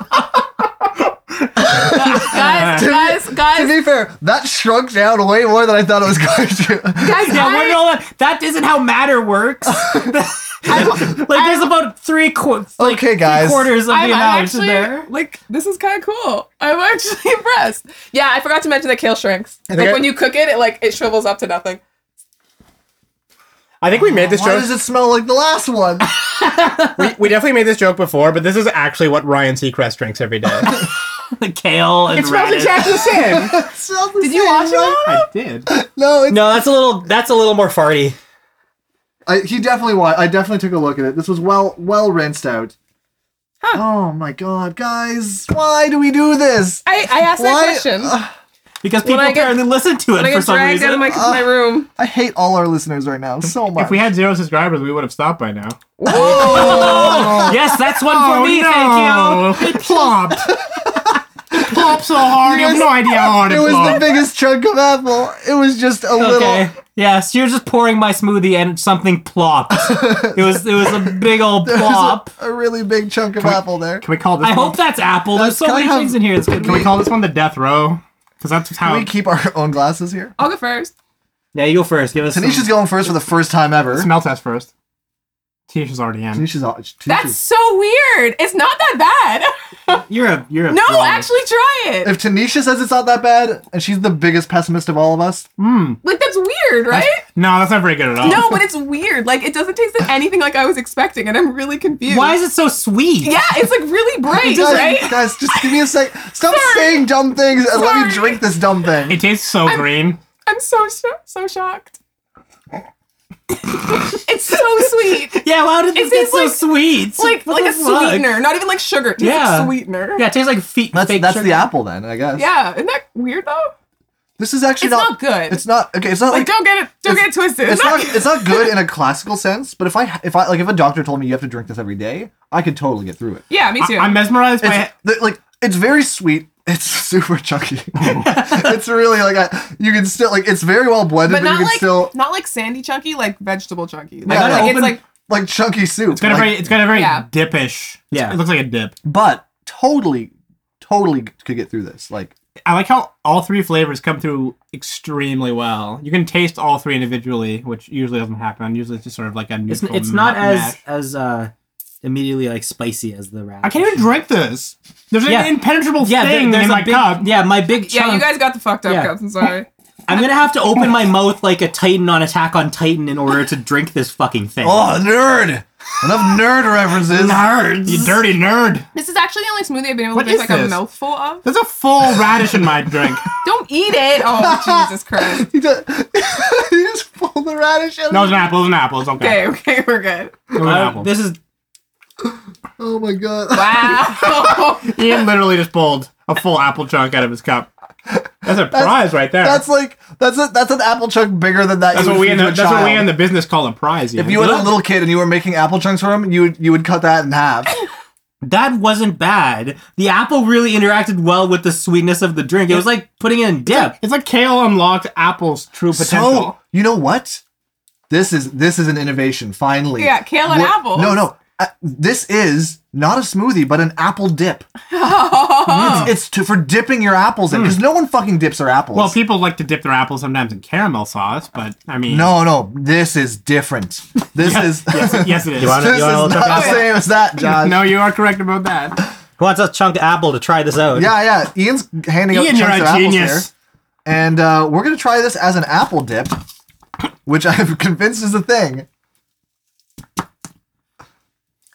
Speaker 4: guys, guys,
Speaker 2: to
Speaker 4: guys,
Speaker 2: be fair, that shrunk down way more than I thought it was going to.
Speaker 4: guys,
Speaker 5: Yeah, what
Speaker 4: I,
Speaker 5: did all that? That isn't how matter works. like, there's about three qu- like,
Speaker 2: Okay, guys.
Speaker 5: quarters of
Speaker 4: I'm,
Speaker 5: the
Speaker 4: I'm
Speaker 5: amount
Speaker 4: actually
Speaker 5: there.
Speaker 4: like this is kind of cool. I'm actually impressed. Yeah, I forgot to mention that kale shrinks.
Speaker 2: think
Speaker 4: Like
Speaker 2: I-
Speaker 4: when you cook it, it like it shrivels up to nothing.
Speaker 7: I think we made this
Speaker 2: Why
Speaker 7: joke.
Speaker 2: does it smell like the last one?
Speaker 7: We, we definitely made this joke before, but this is actually what Ryan Seacrest drinks every day.
Speaker 5: The kale and
Speaker 7: it smells
Speaker 5: radish.
Speaker 7: exactly the same.
Speaker 2: It smells the
Speaker 4: Did you
Speaker 2: same,
Speaker 4: wash it
Speaker 2: right?
Speaker 4: all?
Speaker 3: I did.
Speaker 2: No, it's,
Speaker 5: No, that's a little. That's a little more farty.
Speaker 2: I, he definitely wa- I definitely took a look at it. This was well well rinsed out. Oh my god, guys, why do we do this?
Speaker 4: I, I asked
Speaker 2: Why-
Speaker 4: that question.
Speaker 2: Uh,
Speaker 5: Because
Speaker 4: When
Speaker 5: people
Speaker 4: I get-
Speaker 5: apparently listen to it
Speaker 4: when I
Speaker 5: for
Speaker 4: get
Speaker 5: some
Speaker 4: dragged out
Speaker 5: reason.
Speaker 4: of my, my
Speaker 2: Uh.
Speaker 4: room.
Speaker 2: I hate all our listeners right now so much.
Speaker 3: If we had zero subscribers, we would have stopped by now. Oh,
Speaker 5: yes, that's one
Speaker 4: Oh,
Speaker 5: for Oh, me. Thank you.
Speaker 3: It plopped. it plopped so hard. You have no idea how hard
Speaker 2: it
Speaker 3: it,
Speaker 2: was the
Speaker 3: plopped.
Speaker 2: biggest chunk of apple. It was just a
Speaker 5: Okay.
Speaker 2: little.
Speaker 5: Yes, you're just pouring my smoothie and something plopped. it was it was a big old
Speaker 2: It was
Speaker 5: plop.
Speaker 2: a, a really big chunk of apple there.
Speaker 3: Can we call this? one,
Speaker 5: I hope that's apple. There's so
Speaker 2: Can I
Speaker 5: many
Speaker 2: have-
Speaker 5: things in here that's good.
Speaker 3: Can we call this one the death row? Because that's
Speaker 2: Can
Speaker 3: how.
Speaker 2: we keep our own glasses here?
Speaker 4: I'll go first.
Speaker 5: Yeah, you go first. Give us. some-
Speaker 2: Tanisha's going first for the first time ever.
Speaker 3: Smell test first. Tisha's already in.
Speaker 2: Tanisha's all. Tanisha-
Speaker 4: That's so weird. It's not that
Speaker 5: You're a you're a
Speaker 4: bad. No,
Speaker 5: fraud.
Speaker 4: actually try it.
Speaker 2: If Tanisha says it's not that bad, and she's the biggest pessimist of all of us,
Speaker 4: Like that's weird, right?
Speaker 3: No, that's not very good at all.
Speaker 4: No, but it's weird. Like it doesn't taste like anything like I was expecting, and I'm really confused.
Speaker 5: Why is it so sweet?
Speaker 4: Yeah, it's like really bright,
Speaker 2: guys,
Speaker 4: right?
Speaker 2: guys, just give me a sec. Stop
Speaker 4: Sorry.
Speaker 2: saying dumb things and let me
Speaker 4: Sorry.
Speaker 2: drink this dumb thing.
Speaker 3: It tastes so green.
Speaker 4: I'm so so, so shocked. it's so sweet,
Speaker 5: Yeah, How did this
Speaker 4: It
Speaker 5: get
Speaker 4: tastes
Speaker 5: so
Speaker 4: like-
Speaker 5: sweet? It's
Speaker 4: like
Speaker 5: what
Speaker 4: like a
Speaker 5: the fuck?
Speaker 4: sweetener, not even like sugar. It tastes
Speaker 5: Yeah.
Speaker 4: like sweetener.
Speaker 5: Yeah, it tastes like feet.
Speaker 2: That's
Speaker 5: fake
Speaker 2: that's
Speaker 5: sugar.
Speaker 2: the apple then, I guess.
Speaker 4: Yeah, isn't that weird though?
Speaker 2: This is actually
Speaker 4: It's not good.
Speaker 2: It's not okay. It's not
Speaker 4: Like,
Speaker 2: like,
Speaker 4: don't get it, don't get it twisted.
Speaker 2: it's not
Speaker 4: good.
Speaker 2: it's not good in a classical sense. But if I if I like if a doctor told me you have to drink this every day, I could totally get through it.
Speaker 4: yeah, me
Speaker 3: I-
Speaker 4: too.
Speaker 3: I'm mesmerized by.
Speaker 2: It's th- like it's very sweet. It's super chunky. it's really like I, you can still like it's very well blended, but,
Speaker 4: but
Speaker 2: you
Speaker 4: not
Speaker 2: can
Speaker 4: like
Speaker 2: still
Speaker 4: not like sandy chunky, like vegetable chunky. Like,
Speaker 2: Yeah,
Speaker 4: like,
Speaker 2: yeah.
Speaker 4: it's like
Speaker 2: like chunky soup.
Speaker 3: It's got a
Speaker 2: like-
Speaker 3: very. It's got a very
Speaker 4: Yeah.
Speaker 3: dipish. It's-
Speaker 5: Yeah.
Speaker 3: It looks like a dip.
Speaker 2: but totally, totally could get through this. Like
Speaker 3: I like how all three flavors come through extremely well. You can taste all three individually, which usually doesn't happen. Usually it's just sort of like a
Speaker 5: It's,
Speaker 3: neutral
Speaker 5: it's not
Speaker 3: mash.
Speaker 5: as as uh immediately like spicy as the radish.
Speaker 3: I can't even drink this. There's
Speaker 5: Yeah.
Speaker 3: an impenetrable
Speaker 5: Yeah, there-
Speaker 3: thing
Speaker 5: there's
Speaker 3: in
Speaker 5: a
Speaker 3: my
Speaker 5: big,
Speaker 3: cup.
Speaker 5: Yeah, my big chunk.
Speaker 4: yeah, you guys got the fucked up
Speaker 5: Yeah.
Speaker 4: cups. I'm sorry.
Speaker 5: I'm gonna have to open my mouth like a Titan on Attack on Titan in order to drink this fucking thing.
Speaker 2: oh nerd, enough nerd references.
Speaker 3: Nerds. You dirty nerd.
Speaker 4: This is actually the only smoothie I've been able
Speaker 3: What
Speaker 4: to drink
Speaker 3: is
Speaker 4: like a
Speaker 3: this?
Speaker 4: mouthful of.
Speaker 3: There's a full radish in my drink.
Speaker 4: Don't eat it. Oh Jesus Christ.
Speaker 2: He, does, he just pulled the radish out.
Speaker 3: No, it's an apple. It's an apple. It's
Speaker 4: Okay,
Speaker 3: okay.
Speaker 4: okay, we're good.
Speaker 3: It was an
Speaker 5: Uh,
Speaker 3: apple.
Speaker 5: this is
Speaker 2: Oh my god.
Speaker 4: Wow.
Speaker 3: Ian literally just pulled a full apple chunk out of his cup. That's a prize right there.
Speaker 2: That's like that's a that's an apple chunk bigger than that.
Speaker 3: That's
Speaker 2: you
Speaker 3: what
Speaker 2: would
Speaker 3: we
Speaker 2: feed
Speaker 3: in
Speaker 2: to
Speaker 3: the,
Speaker 2: a
Speaker 3: that's what we
Speaker 2: child.
Speaker 3: in the business call a prize. Ian.
Speaker 2: If you had a little kid and you were making apple chunks for him, you would you would cut that in half.
Speaker 5: That wasn't bad. The apple really interacted well with the sweetness of the drink. It was like putting it in dip.
Speaker 3: It's like kale unlocked apple's true potential.
Speaker 2: So you know what? This is this is an innovation. Finally,
Speaker 4: Yeah, kale and
Speaker 2: We're-
Speaker 4: apples.
Speaker 2: No, no. Uh, this is not a smoothie, but an apple dip.
Speaker 4: Oh.
Speaker 2: It's, it's to, for dipping your apples in because no one fucking dips their apples.
Speaker 3: Hmm. well, people like to dip their apples sometimes in caramel sauce, but I mean,
Speaker 2: no, no. This is different. This is
Speaker 3: Yes, yes, it is.
Speaker 2: this
Speaker 7: You wanna-
Speaker 2: is
Speaker 7: you wanna
Speaker 2: not
Speaker 7: look up
Speaker 2: the
Speaker 7: apple?
Speaker 2: same as that, John.
Speaker 3: no, you are correct about that.
Speaker 7: Who wants a chunked apple to try this out?
Speaker 2: Yeah, yeah. Ian's handing
Speaker 3: Ian,
Speaker 2: out
Speaker 3: you're
Speaker 2: chunks of
Speaker 3: a
Speaker 2: apples here,
Speaker 3: genius.
Speaker 2: and uh, we're gonna try this as an apple dip, which I'm convinced is a thing.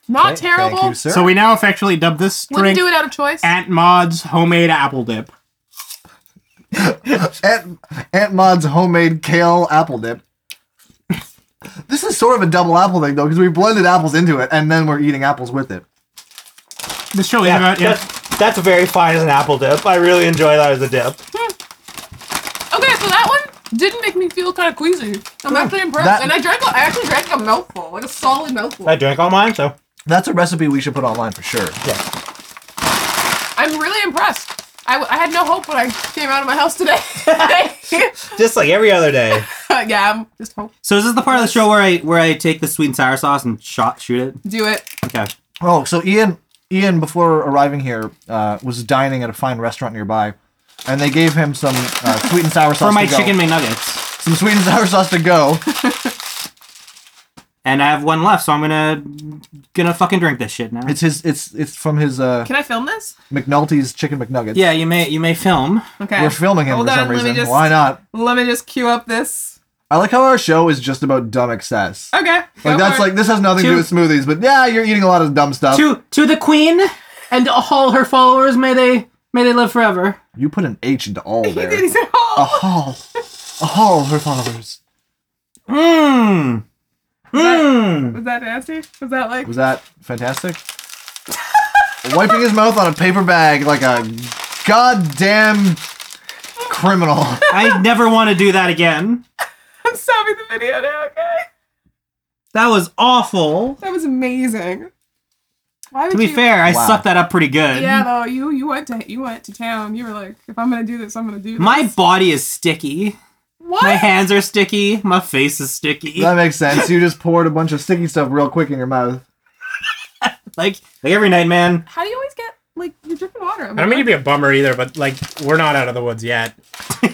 Speaker 4: Not
Speaker 2: Thank
Speaker 4: terrible.
Speaker 2: you, sir.
Speaker 3: So we now effectually dub this
Speaker 4: Wouldn't
Speaker 3: drink
Speaker 4: do it out of choice.
Speaker 3: Aunt Maud's homemade apple dip.
Speaker 2: Aunt, Aunt Mod's homemade kale apple dip. This is sort of a double apple thing though, because we blended apples into it and then we're eating apples with it.
Speaker 3: This show
Speaker 7: Yeah,
Speaker 3: is about yeah,
Speaker 7: That's, that's very fine as an apple dip. I really enjoy that as a dip.
Speaker 4: Okay, so that one didn't make me feel kind of queasy. I'm actually impressed.
Speaker 2: That-
Speaker 4: and I drank, a, I actually drank a mouthful, like a solid mouthful.
Speaker 7: I drank all mine, so
Speaker 2: That's a recipe we should put online for sure.
Speaker 4: I'm really impressed. I, w- I had no hope when I came out of my house today. yeah,
Speaker 7: just like every other day.
Speaker 4: I'm just hope.
Speaker 5: So is this the part of the show where I where I take the sweet and sour sauce and shot shoot it?
Speaker 4: Do it.
Speaker 5: Okay.
Speaker 2: Oh, so Ian, Ian, before arriving here, uh, was dining at a fine restaurant nearby, and they gave him some uh, sweet and sour sauce
Speaker 5: For my
Speaker 2: to go.
Speaker 5: chicken McNuggets.
Speaker 2: some sweet and sour sauce to go.
Speaker 5: And I have one left, so I'm gonna gonna fucking drink this shit now.
Speaker 2: It's his. It's it's from his uh,
Speaker 4: Can I film this?
Speaker 2: McNulty's chicken McNuggets.
Speaker 5: yeah, you may you may film.
Speaker 4: Okay.
Speaker 2: we're filming him
Speaker 4: Hold
Speaker 2: for
Speaker 4: on,
Speaker 2: some
Speaker 4: let me
Speaker 2: reason.
Speaker 4: just-
Speaker 2: Why not?
Speaker 4: Let me just cue up this.
Speaker 2: I like how our show is just about dumb excess.
Speaker 4: Okay. go
Speaker 2: Like that's
Speaker 4: for it.
Speaker 2: like this has nothing to do
Speaker 5: Two-
Speaker 2: with smoothies, but yeah, you're eating a lot of dumb stuff.
Speaker 5: To to the queen and all her followers, may they may they live forever.
Speaker 2: You put an H into all
Speaker 4: He
Speaker 2: there. Uh-huh.
Speaker 4: did. He said,
Speaker 2: a
Speaker 4: "Oh."
Speaker 2: hall, a hall, her followers.
Speaker 5: Mmm.
Speaker 2: Hmm.
Speaker 5: Mmm.
Speaker 4: Was that nasty? Was that like?
Speaker 2: Was that fantastic? Wiping his mouth on a paper bag like a goddamn criminal.
Speaker 5: I never want to do that again.
Speaker 4: I'm stopping the video now. Okay.
Speaker 5: That was awful.
Speaker 4: That was amazing. Why would
Speaker 5: To be
Speaker 4: you?
Speaker 5: fair, I
Speaker 2: Wow.
Speaker 5: sucked that up pretty good.
Speaker 4: Yeah, though you you went to you went to town. You were like, if I'm gonna do this, I'm gonna do this.
Speaker 5: My body is sticky.
Speaker 4: what?
Speaker 5: My hands are sticky. My face is sticky.
Speaker 2: that makes sense. You just poured a bunch of sticky stuff real quick in your mouth.
Speaker 5: Like like every night, man.
Speaker 4: How do you always get like you're dripping water? I'm
Speaker 7: I don't mean to be a bummer either, but like we're not out of the woods yet.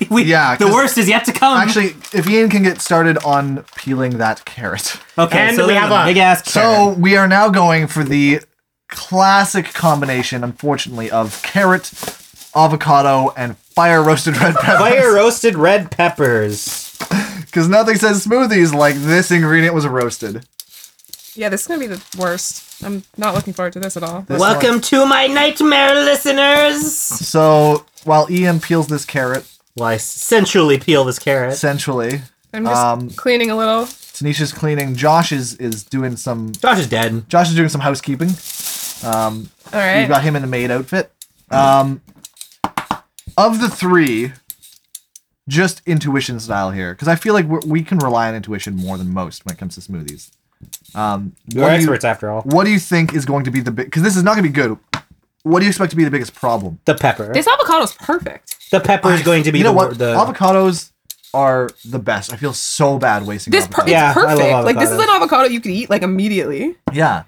Speaker 5: We,
Speaker 2: Yeah,
Speaker 5: The
Speaker 2: 'cause-
Speaker 5: worst is yet to come.
Speaker 2: Actually, if Ian can get started on peeling that carrot.
Speaker 5: okay.
Speaker 7: and
Speaker 5: so
Speaker 7: we
Speaker 5: there's
Speaker 7: have a-
Speaker 5: big ass.
Speaker 2: So we are now going for the classic combination, unfortunately, of carrot, avocado, and fire roasted red
Speaker 7: Fire
Speaker 2: pepper.
Speaker 7: roasted red peppers.
Speaker 2: Because nothing says smoothies like this ingredient was roasted.
Speaker 4: yeah, this is gonna be the worst. I'm not looking forward to this at all.
Speaker 2: This one.
Speaker 5: to my nightmare, listeners.
Speaker 2: So while Ian peels this carrot,
Speaker 7: Well, I sensually peel this carrot.
Speaker 2: essentially,
Speaker 4: I'm just
Speaker 2: Um,
Speaker 4: cleaning a little.
Speaker 2: Tanisha's cleaning. Josh is is doing some.
Speaker 7: Josh is dead.
Speaker 2: Josh is doing some housekeeping.
Speaker 4: All
Speaker 2: We've
Speaker 4: right.
Speaker 2: got him in a maid outfit. Um, of the three, just intuition style here, because I feel like we're, we can rely on intuition more than most when it comes to smoothies. Um,
Speaker 7: We're
Speaker 2: do you-
Speaker 7: experts after all.
Speaker 2: what do you think is going to be the big? Because this is not going to be good. What do you expect to be the biggest problem?
Speaker 7: The pepper.
Speaker 4: this avocado's perfect.
Speaker 7: the pepper is going to be
Speaker 2: You know
Speaker 7: the,
Speaker 2: what?
Speaker 7: the
Speaker 2: Avocados are the best. I feel so bad wasting
Speaker 4: This per-
Speaker 2: avocados.
Speaker 7: Yeah,
Speaker 4: it's
Speaker 7: I love
Speaker 4: perfect. Like this is
Speaker 7: avocados.
Speaker 4: an avocado you could eat like immediately.
Speaker 2: yeah.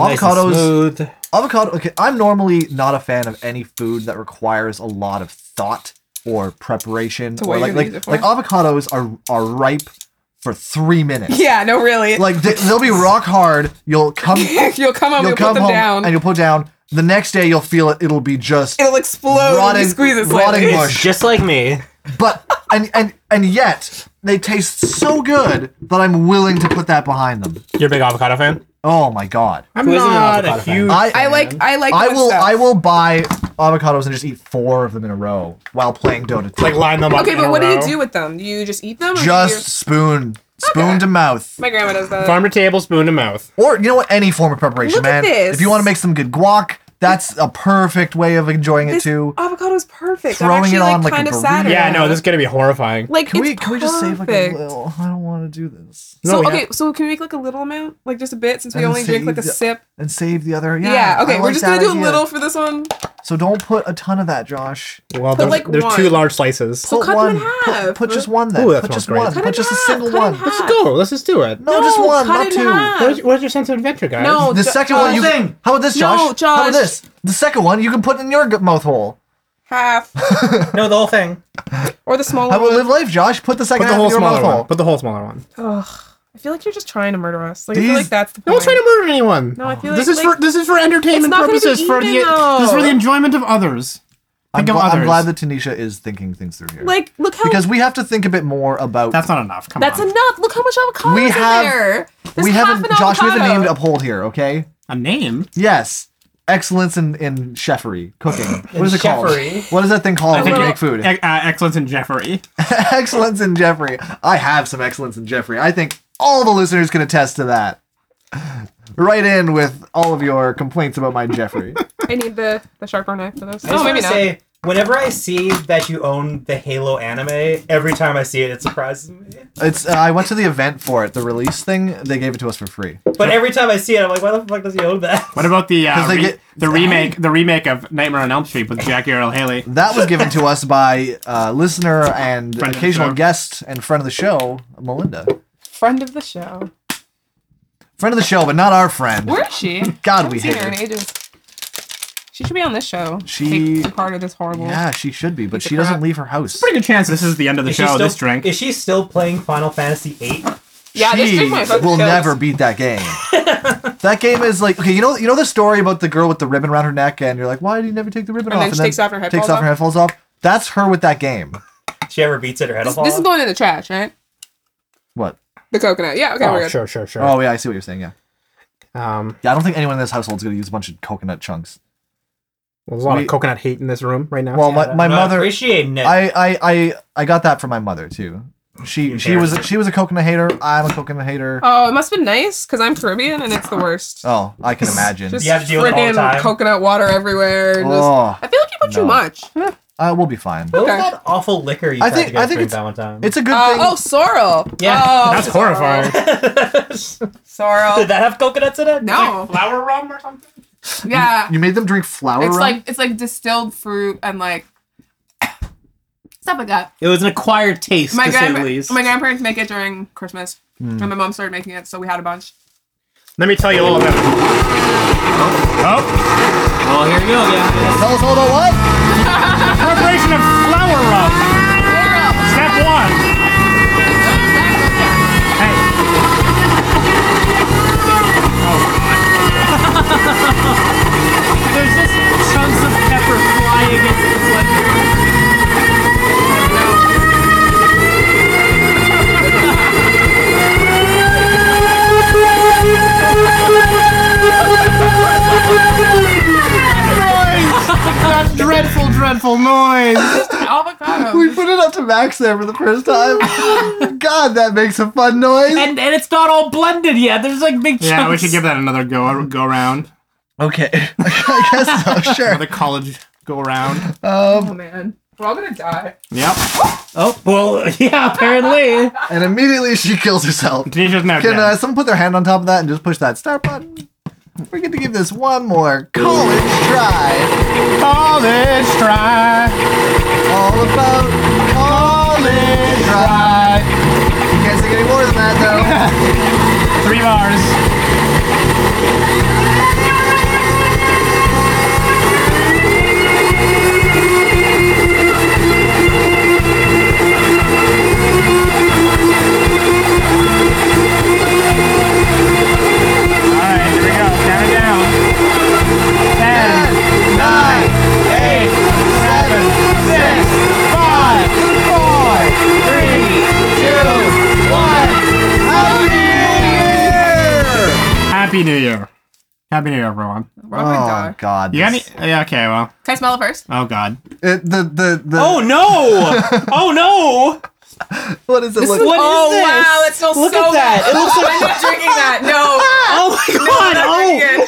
Speaker 7: nice and
Speaker 2: Avocados.
Speaker 7: smooth.
Speaker 2: avocado okay i'm normally not a fan of any food that requires a lot of thought or preparation
Speaker 4: So what
Speaker 2: or
Speaker 4: are you
Speaker 2: like
Speaker 4: gonna use
Speaker 2: like
Speaker 4: it for?
Speaker 2: like avocados are are ripe for three minutes
Speaker 4: Yeah, no, really.
Speaker 2: like they, they'll be rock hard you'll come you'll,
Speaker 4: you'll come home, you'll,
Speaker 2: come
Speaker 4: put them
Speaker 2: home
Speaker 4: down,
Speaker 2: and
Speaker 4: and
Speaker 2: you'll put down the next day you'll feel it it'll be just
Speaker 4: it'll explode. when you
Speaker 2: rotting,
Speaker 4: squeeze it slightly.
Speaker 2: rotting mush
Speaker 7: Just like me.
Speaker 2: but and and and yet they taste so good that i'm willing to put that behind them
Speaker 7: You're a big avocado fan?
Speaker 2: oh my god
Speaker 7: I'm
Speaker 3: Who isn't an
Speaker 7: not a
Speaker 3: avocado fan?
Speaker 7: huge
Speaker 2: i
Speaker 4: I like. I like.
Speaker 2: I
Speaker 4: good
Speaker 2: will
Speaker 4: stuff.
Speaker 2: I will buy avocados and just eat four of them in a row while playing Dota 2.
Speaker 7: like line them up.
Speaker 4: Okay,
Speaker 7: in
Speaker 4: but
Speaker 7: a
Speaker 4: what do
Speaker 7: row.
Speaker 4: you do with them? Do you just eat them? Or do
Speaker 2: just
Speaker 4: you-
Speaker 2: spoon spoon
Speaker 4: Okay.
Speaker 2: to mouth.
Speaker 4: my grandma does that.
Speaker 7: Farm to table, spoon to mouth.
Speaker 2: Or you know what any form of preparation,
Speaker 4: Look
Speaker 2: man.
Speaker 4: at this.
Speaker 2: If you want to make some good guac, That's a perfect way of enjoying it
Speaker 4: This oh,
Speaker 2: too.
Speaker 4: avocado's perfect. I'm
Speaker 2: Throwing
Speaker 4: actually
Speaker 2: it on like
Speaker 4: like
Speaker 2: a
Speaker 4: kind of
Speaker 2: burrito.
Speaker 4: sad. right
Speaker 7: Yeah, no,
Speaker 4: now.
Speaker 7: this is gonna be horrifying.
Speaker 4: like
Speaker 2: Can
Speaker 4: it's
Speaker 2: we can we just save like a
Speaker 4: perfect.
Speaker 2: little? I don't want to do this.
Speaker 9: Oh,
Speaker 4: So
Speaker 7: No, yeah.
Speaker 4: okay, so can we make like a little amount, like just a bit, since we
Speaker 2: And
Speaker 4: only drink like a
Speaker 2: save-
Speaker 4: sip?
Speaker 2: And save the other. Yeah.
Speaker 4: Yeah. okay,
Speaker 2: I
Speaker 4: we're
Speaker 2: like
Speaker 4: just
Speaker 2: that
Speaker 4: gonna do
Speaker 2: idea.
Speaker 4: a little for this one.
Speaker 2: So don't put a ton of that, Josh.
Speaker 7: Well, there's,
Speaker 4: like,
Speaker 7: there's two
Speaker 4: one.
Speaker 7: large slices.
Speaker 4: So
Speaker 2: put
Speaker 4: cut
Speaker 2: one.
Speaker 4: them in
Speaker 2: Put,
Speaker 4: half.
Speaker 2: put just one then.
Speaker 7: Ooh, that
Speaker 2: put just
Speaker 7: sounds great.
Speaker 2: one.
Speaker 4: Cut
Speaker 2: put
Speaker 4: it
Speaker 2: just a
Speaker 4: half,
Speaker 2: single
Speaker 4: cut it
Speaker 2: one.
Speaker 4: in half.
Speaker 3: Oh,
Speaker 7: Go, let's just do it.
Speaker 2: No, just one,
Speaker 4: cut
Speaker 2: not
Speaker 4: it in
Speaker 2: two.
Speaker 4: half.
Speaker 7: Where's, where's your sense of adventure, guys?
Speaker 4: No,
Speaker 2: The
Speaker 4: Ju-
Speaker 2: second
Speaker 4: Josh,
Speaker 2: one you How about this,
Speaker 4: No,
Speaker 2: Josh? How about
Speaker 4: Josh.
Speaker 2: this? The second one you can put in your g- mouth hole.
Speaker 4: half
Speaker 7: no, the whole thing.
Speaker 4: or the smaller
Speaker 2: How about
Speaker 4: one.
Speaker 2: live life, Josh? Put the second
Speaker 7: Put the
Speaker 2: half
Speaker 7: whole
Speaker 2: in your
Speaker 7: smaller
Speaker 2: mouth
Speaker 7: one.
Speaker 2: hole.
Speaker 7: Put the whole smaller one.
Speaker 4: Ugh, I feel like you're just trying to murder us. Like I feel
Speaker 2: These-
Speaker 4: like that's the
Speaker 7: No
Speaker 4: point.
Speaker 7: one's trying to murder anyone.
Speaker 4: No, I feel
Speaker 3: This
Speaker 4: like-
Speaker 3: is for
Speaker 4: like-
Speaker 3: this is for entertainment
Speaker 4: not gonna be
Speaker 3: purposes for the
Speaker 4: even, though.
Speaker 3: this is for the enjoyment of others.
Speaker 2: I'm,
Speaker 3: Think of
Speaker 2: gl- I'm
Speaker 3: others.
Speaker 2: glad that Tanisha is thinking things through here.
Speaker 4: like look how
Speaker 2: because we have to think a bit more about.
Speaker 3: That's not enough. Come
Speaker 4: that's
Speaker 3: on,
Speaker 4: enough. Look how much avocado
Speaker 2: We
Speaker 4: is in
Speaker 2: have-
Speaker 4: there. There's
Speaker 2: we
Speaker 4: half
Speaker 2: haven't,
Speaker 4: an
Speaker 2: Josh. We haven't
Speaker 4: avocado.
Speaker 2: named uphold here, okay?
Speaker 3: a name.
Speaker 2: Yes, excellence in in chefery cooking. What is it called?
Speaker 7: chefery.
Speaker 2: What is that thing called when you
Speaker 3: think
Speaker 2: make food?
Speaker 3: E- uh, excellence in Jeffrey.
Speaker 2: excellence in Jeffrey. I have some excellence in Jeffrey. I think all the listeners can attest to that. Right in with all of your complaints about my Jeffrey.
Speaker 4: I need the the sharper knife for this.
Speaker 9: I just
Speaker 4: No,
Speaker 9: want
Speaker 4: maybe
Speaker 9: to
Speaker 4: not.
Speaker 9: say, whenever I see that you own the Halo anime, every time I see it, it surprises me.
Speaker 2: It's uh, I went to the event for it, the release thing. They gave it to us for free.
Speaker 9: But every time I see it, I'm like, why the fuck does he own that?
Speaker 3: What about the uh,
Speaker 2: 'Cause they
Speaker 3: re-
Speaker 2: get-
Speaker 3: the remake the remake of Nightmare on Elm Street with Jackie Earl Haley?
Speaker 2: That was given to us by uh, listener and
Speaker 3: Friend of the
Speaker 2: occasional
Speaker 3: show.
Speaker 2: guest and friend of the show, Melinda.
Speaker 4: Friend of the show.
Speaker 2: Friend of the show, but not our friend.
Speaker 4: Where is she?
Speaker 2: God,
Speaker 4: Haven't
Speaker 2: we
Speaker 4: seen
Speaker 2: hate
Speaker 4: her in
Speaker 2: her.
Speaker 4: ages. She should be on this show.
Speaker 2: She-
Speaker 4: Take part of this horrible.
Speaker 2: Yeah, she should be, but
Speaker 4: Piece of
Speaker 2: she doesn't
Speaker 4: crap.
Speaker 2: leave her house.
Speaker 3: Pretty good chance this is the end of the
Speaker 9: Is she
Speaker 3: show.
Speaker 9: still-
Speaker 3: this drink.
Speaker 9: Is she still playing Final Fantasy VIII?
Speaker 4: Yeah, this
Speaker 2: she
Speaker 4: chick might fucking
Speaker 2: will
Speaker 4: kill us.
Speaker 2: never beat that game. that game is like okay, you know, you know the story about the girl with the ribbon around her neck, and you're like, why did you never take the ribbon
Speaker 4: And
Speaker 2: off?
Speaker 4: then she takes off her head
Speaker 2: takes
Speaker 4: falls
Speaker 2: off
Speaker 4: off?
Speaker 2: her head, falls off. That's her with that game.
Speaker 9: She ever beats it, her head will
Speaker 4: This,
Speaker 9: fall
Speaker 4: this is
Speaker 9: off?
Speaker 4: going in the trash, right?
Speaker 2: What?
Speaker 4: The coconut. Yeah. Okay. we're
Speaker 7: Oh,
Speaker 4: good.
Speaker 7: sure, sure, sure.
Speaker 2: Oh yeah, I see what you're saying. Yeah,
Speaker 4: Oh.
Speaker 7: Um,
Speaker 2: yeah. I don't think anyone in this household's gonna use a bunch of coconut chunks.
Speaker 7: well, there's a lot
Speaker 2: We-
Speaker 7: of coconut hate in this room right now.
Speaker 2: Well, my, my
Speaker 9: I'm not
Speaker 2: mother,
Speaker 9: appreciating it.
Speaker 2: I, I I I got that from my mother too. She she was she was a coconut hater. I'm a coconut hater.
Speaker 4: Oh, it must have been nice because I'm Caribbean and it's the worst.
Speaker 2: Oh, I can imagine.
Speaker 4: Just
Speaker 9: You have to deal with it all the
Speaker 4: friggin'
Speaker 9: time.
Speaker 4: coconut water everywhere. and just-
Speaker 2: Oh,
Speaker 4: I feel like you put
Speaker 2: No.
Speaker 4: too much. Uh,
Speaker 2: uh, we'll be fine.
Speaker 9: what
Speaker 4: okay.
Speaker 9: was that awful liquor you
Speaker 2: I
Speaker 9: tried
Speaker 2: think-
Speaker 9: to get
Speaker 2: I
Speaker 9: us
Speaker 2: think
Speaker 9: during
Speaker 2: it's-
Speaker 9: Valentine's?
Speaker 2: It's a good thing.
Speaker 4: oh, sorrel.
Speaker 9: Yeah,
Speaker 4: Oh,
Speaker 7: That's
Speaker 4: sorrel.
Speaker 7: horrifying.
Speaker 4: Sorrel.
Speaker 9: Did that have coconuts in it?
Speaker 4: no.
Speaker 3: flower rum or something.
Speaker 4: Yeah.
Speaker 2: you made them drink flour.
Speaker 4: It's
Speaker 2: rum?
Speaker 4: like it's like distilled fruit and like stuff like that.
Speaker 5: It was an acquired taste,
Speaker 4: My
Speaker 5: to say the
Speaker 4: grandpa-
Speaker 5: least.
Speaker 4: my grandparents make it during Christmas, and my mom started making it, so we had a bunch.
Speaker 7: Let me tell you all about it.
Speaker 3: Oh,
Speaker 5: well, here you go, guys.
Speaker 2: tell us all about what?
Speaker 3: preparation of flower rum. Step one. Hey,
Speaker 5: There's just chunks of pepper flying against the sledgehammer.
Speaker 3: that dreadful, dreadful noise.
Speaker 4: Avocado.
Speaker 2: We put it up to max there for the first time. God, that makes a fun noise.
Speaker 5: And, and it's not all blended yet. There's like big chunks.
Speaker 3: Yeah, we should give that another go go round.
Speaker 2: Okay, I guess so. Sure.
Speaker 3: Another college go round.
Speaker 4: Oh man, we're all gonna die.
Speaker 3: Yep.
Speaker 5: Oh, well, yeah, apparently.
Speaker 2: And immediately she kills herself.
Speaker 3: Tanisha's now
Speaker 2: Can
Speaker 3: dead.
Speaker 2: uh, someone put their hand on top of that and just push that start button? We're going to give this one more college try.
Speaker 3: college try.
Speaker 2: All about college try. You can't sing any more than that
Speaker 3: Three bars. Alright, here we go. Count it down. Ten, nine, eight, seven, six, five, four, three, two, one.
Speaker 2: though.
Speaker 3: Happy New Year. Happy New Year, everyone.
Speaker 4: Robin
Speaker 2: oh God!
Speaker 3: You got any?
Speaker 2: this-
Speaker 3: Yeah, okay, well.
Speaker 4: Can I smell it first?
Speaker 3: Oh, God.
Speaker 2: it, the the the.
Speaker 10: Oh no! Oh no!
Speaker 2: what is it?
Speaker 4: This
Speaker 2: Look,
Speaker 4: is,
Speaker 10: What
Speaker 4: oh
Speaker 10: is this?
Speaker 4: wow, it smells
Speaker 10: Look
Speaker 4: so
Speaker 10: at that.
Speaker 4: good.
Speaker 10: It looks like-
Speaker 4: I'm not drinking that. No,
Speaker 10: Oh my god!
Speaker 4: no, I'm not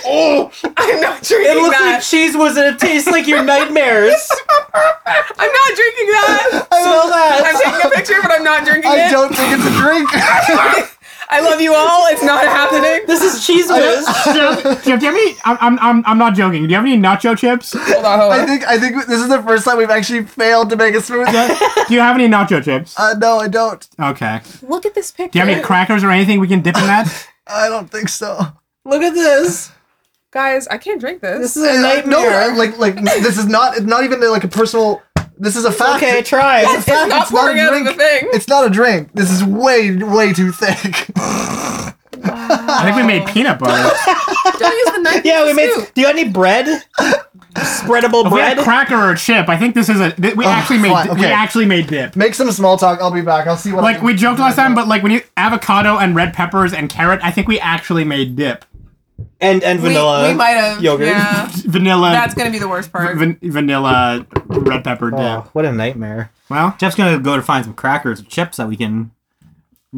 Speaker 10: oh!
Speaker 4: drinking it. I'm not drinking
Speaker 10: It looks
Speaker 4: that.
Speaker 10: like cheese was in it. Tastes like your nightmares.
Speaker 4: I'm not drinking that.
Speaker 10: Smell
Speaker 4: I'm
Speaker 10: that.
Speaker 4: taking a picture, but I'm not drinking
Speaker 2: I
Speaker 4: it.
Speaker 2: don't think it's a drink.
Speaker 4: I love you all. It's not happening.
Speaker 10: This is cheese whiz.
Speaker 3: Jeff, do you have any? I'm, I'm, I'm, I'm not joking. Do you have any nacho chips? Do
Speaker 4: Hold on, hold
Speaker 2: I
Speaker 4: on.
Speaker 2: think I think this is the first time we've actually failed to make a smoothie.
Speaker 3: you have any nacho chips?
Speaker 2: uh, no, I don't.
Speaker 3: Okay.
Speaker 4: Look at this picture.
Speaker 3: Do you have any crackers or anything we can dip in that?
Speaker 2: I don't think so.
Speaker 10: Look at this.
Speaker 4: Guys, I can't drink this.
Speaker 10: This is a
Speaker 2: Uh, No,
Speaker 10: nightmare.
Speaker 2: uh, like like this is not it's not even uh, like a personal. This is a fact.
Speaker 10: okay, try.
Speaker 2: It's a fact.
Speaker 4: not
Speaker 2: It's not
Speaker 4: pouring
Speaker 2: a
Speaker 4: out of
Speaker 2: drink.
Speaker 4: the thing.
Speaker 2: It's not a drink. This is way way too thick.
Speaker 3: I think we made peanut butter.
Speaker 4: Don't use the knife.
Speaker 10: Yeah, we made.
Speaker 4: Scoop.
Speaker 10: Do you have any bread? Spreadable
Speaker 3: If we had
Speaker 10: bread.
Speaker 3: a cracker or a chip, I think this is a. th- We actually made.
Speaker 2: Oh, fine,
Speaker 3: di- We
Speaker 2: okay.
Speaker 3: actually made dip.
Speaker 2: Make some small talk. I'll be back. I'll see what. I
Speaker 3: Like
Speaker 2: can-
Speaker 3: we joked last time, but like when you avocado and red peppers and carrot, I think we actually made dip.
Speaker 10: and and
Speaker 4: We,
Speaker 10: vanilla.
Speaker 4: we might have.
Speaker 10: yogurt.
Speaker 4: Yeah,
Speaker 3: Vanilla.
Speaker 4: that's gonna be the worst part.
Speaker 3: van- vanilla red pepper
Speaker 5: Oh,
Speaker 3: dip.
Speaker 5: what a nightmare.
Speaker 3: Well,
Speaker 11: Jeff's gonna go to find some crackers or chips that we can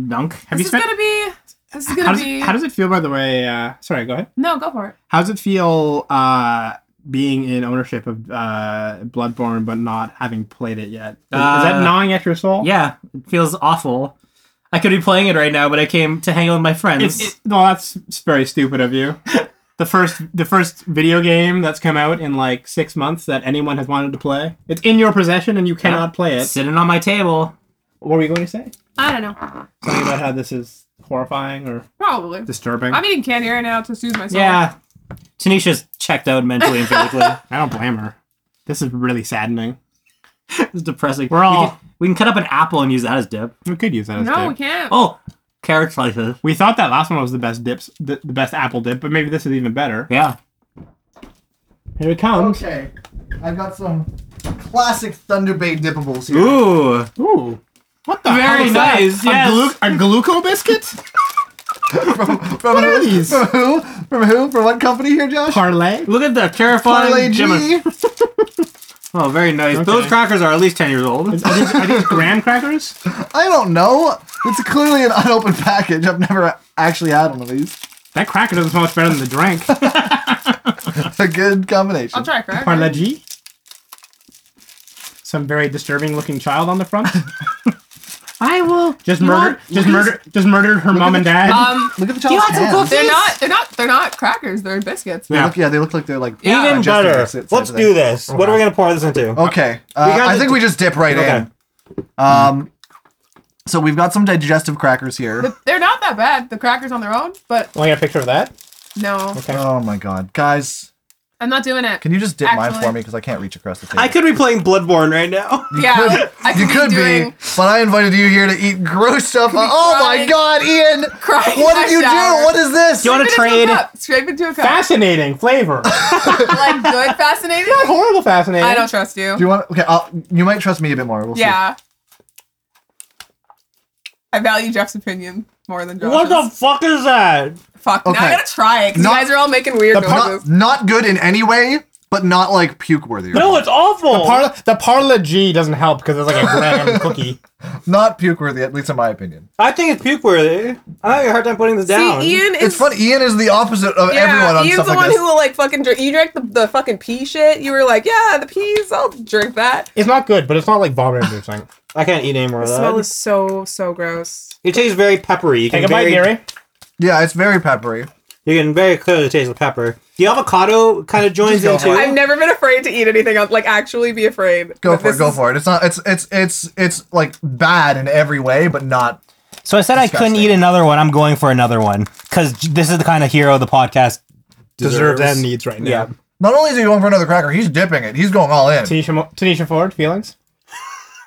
Speaker 11: dunk.
Speaker 3: have you
Speaker 4: this is
Speaker 3: spent?
Speaker 4: gonna be. This is gonna
Speaker 3: How does,
Speaker 4: be.
Speaker 3: it, how does it feel, by the way? Uh, sorry, go ahead.
Speaker 4: no, go for it.
Speaker 3: How does it feel uh, being in ownership of uh, Bloodborne but not having played it yet? Is, is that
Speaker 11: Uh,
Speaker 3: gnawing at your soul?
Speaker 11: Yeah, it feels awful. I could be playing it right now, but I came to hang out with my friends.
Speaker 3: It's, it, no, that's very stupid of you. the first, the first video game that's come out in like six months that anyone has wanted to play. It's in your possession and you cannot play it.
Speaker 11: sitting on my table.
Speaker 3: What were you going to say?
Speaker 4: I don't know.
Speaker 3: Something about how this is horrifying or
Speaker 4: Probably.
Speaker 3: disturbing.
Speaker 4: I'm eating candy right now to soothe myself.
Speaker 11: Yeah. Tanisha's checked out mentally and physically.
Speaker 3: I don't blame her. This is really saddening.
Speaker 11: it's depressing.
Speaker 3: We're all-
Speaker 11: we can, we can cut up an apple and use that as dip.
Speaker 3: We could use that as
Speaker 4: No,
Speaker 3: dip.
Speaker 4: we can't.
Speaker 11: Oh, carrot slices.
Speaker 3: We thought that last one was the best dips, the, the best apple dip, but maybe this is even better.
Speaker 11: Yeah.
Speaker 3: Here it comes.
Speaker 2: Okay, I've got some classic Thunder Bay dippables here.
Speaker 11: Ooh.
Speaker 3: Ooh. What the
Speaker 11: Very
Speaker 3: hell is that?
Speaker 11: nice,
Speaker 3: A,
Speaker 11: yes.
Speaker 3: glu- a gluco biscuit?
Speaker 2: From what who? From who? From who? From what company here, Josh?
Speaker 3: Parlay?
Speaker 11: Look at the
Speaker 2: Parlay
Speaker 11: terrifying gem.
Speaker 2: G.
Speaker 11: Oh, very nice. Those crackers are at least 10 years old.
Speaker 3: Are these, are these graham crackers?
Speaker 2: I don't know. It's clearly an unopened package. I've never actually had one of these.
Speaker 3: That cracker doesn't smell much better than the drink.
Speaker 2: It's a good combination.
Speaker 4: I'll try a cracker.
Speaker 3: Parlay G? Some very disturbing looking child on the front.
Speaker 11: I will.
Speaker 3: Just
Speaker 11: You
Speaker 3: murdered,
Speaker 11: want-
Speaker 3: just murdered, just murdered her mom and dad.
Speaker 4: Um,
Speaker 2: Look at the child's
Speaker 11: want some
Speaker 2: hands.
Speaker 11: cookies?
Speaker 4: they're not. They're not. They're not crackers. They're biscuits.
Speaker 2: They look, yeah, they look like they're like.
Speaker 4: Yeah.
Speaker 5: Even
Speaker 2: Digestive
Speaker 5: better.
Speaker 2: biscuits
Speaker 5: Let's
Speaker 2: over there.
Speaker 5: do this. What are we gonna pour this into?
Speaker 2: Okay, uh,
Speaker 5: got
Speaker 2: I
Speaker 5: the-
Speaker 2: think we just dip right
Speaker 5: Okay.
Speaker 2: in. Um, so we've got some digestive crackers here.
Speaker 4: The- They're not that bad. The crackers on their own, but
Speaker 5: Want to get a picture of that?
Speaker 4: no,
Speaker 2: Oh my god, guys,
Speaker 4: I'm not doing it.
Speaker 2: can you just dip mine
Speaker 4: Actually-
Speaker 2: for me because I can't reach across the table.
Speaker 10: I could be playing Bloodborne right now.
Speaker 4: yeah, I
Speaker 2: you could
Speaker 4: be,
Speaker 2: be,
Speaker 4: doing
Speaker 2: but I invited you here to eat gross stuff. Oh my
Speaker 4: crying-
Speaker 2: god, Ian!
Speaker 4: crying.
Speaker 2: What
Speaker 4: in
Speaker 2: did
Speaker 4: my
Speaker 2: you
Speaker 4: shower.
Speaker 2: do? What is this?
Speaker 11: You want to
Speaker 4: Scrape it into a
Speaker 11: trade?
Speaker 4: cup. Scrape into a cup.
Speaker 3: Fascinating flavor.
Speaker 4: like good, fascinating.
Speaker 3: Horrible fascinating.
Speaker 4: I don't trust you.
Speaker 2: do you want? Okay, I'll, you might trust me a bit more. We'll see.
Speaker 4: yeah. I value Jeff's opinion more than Josh's.
Speaker 5: What the fuck is that?
Speaker 4: fuck? Now I
Speaker 2: Okay.
Speaker 4: gotta try it because you
Speaker 2: Not-
Speaker 4: guys are all making weird
Speaker 2: Not,
Speaker 4: noises.
Speaker 2: not good in any way, but not like puke worthy.
Speaker 5: No, it's awful.
Speaker 12: Par- the Parla G doesn't help because it's like a graham cookie.
Speaker 2: not puke worthy, at least in my opinion.
Speaker 5: I think it's puke worthy. I have a hard time putting this down.
Speaker 4: See, Ian is
Speaker 2: It's, fun. Ian is the opposite of
Speaker 4: Yeah,
Speaker 2: everyone on
Speaker 4: Ian's
Speaker 2: stuff
Speaker 4: the
Speaker 2: like
Speaker 4: one
Speaker 2: this.
Speaker 4: who will like fucking drink. You drank the, the fucking pea shit. You were like, yeah, the peas. I'll drink that.
Speaker 12: It's not good, but it's not like vomiting or something.
Speaker 5: I can't eat any more of
Speaker 4: The smell
Speaker 5: that.
Speaker 4: is so so gross.
Speaker 5: It tastes very peppery. You
Speaker 12: Take
Speaker 5: can
Speaker 12: a bite,
Speaker 5: very,
Speaker 12: Gary.
Speaker 2: yeah, it's very peppery.
Speaker 5: You can very clearly taste the pepper. The avocado kind of joins in
Speaker 2: Just go
Speaker 5: too.
Speaker 2: for
Speaker 4: I've never been afraid to eat anything. else. Like actually be afraid.
Speaker 2: Go
Speaker 4: But
Speaker 2: for it.
Speaker 4: this
Speaker 2: Go
Speaker 4: is-
Speaker 2: for it. It's not. It's it's it's it's like bad in every way, but not.
Speaker 5: So I said I couldn't
Speaker 2: Disgusting.
Speaker 5: eat another one. I'm going for another one because this is the kind of hero the podcast
Speaker 12: Deserves
Speaker 5: deserves.
Speaker 12: and needs right now.
Speaker 5: Yeah.
Speaker 2: Not only is he going for another cracker, he's dipping it. He's going all in.
Speaker 12: Tanisha, Mo- Tanisha Ford, feelings?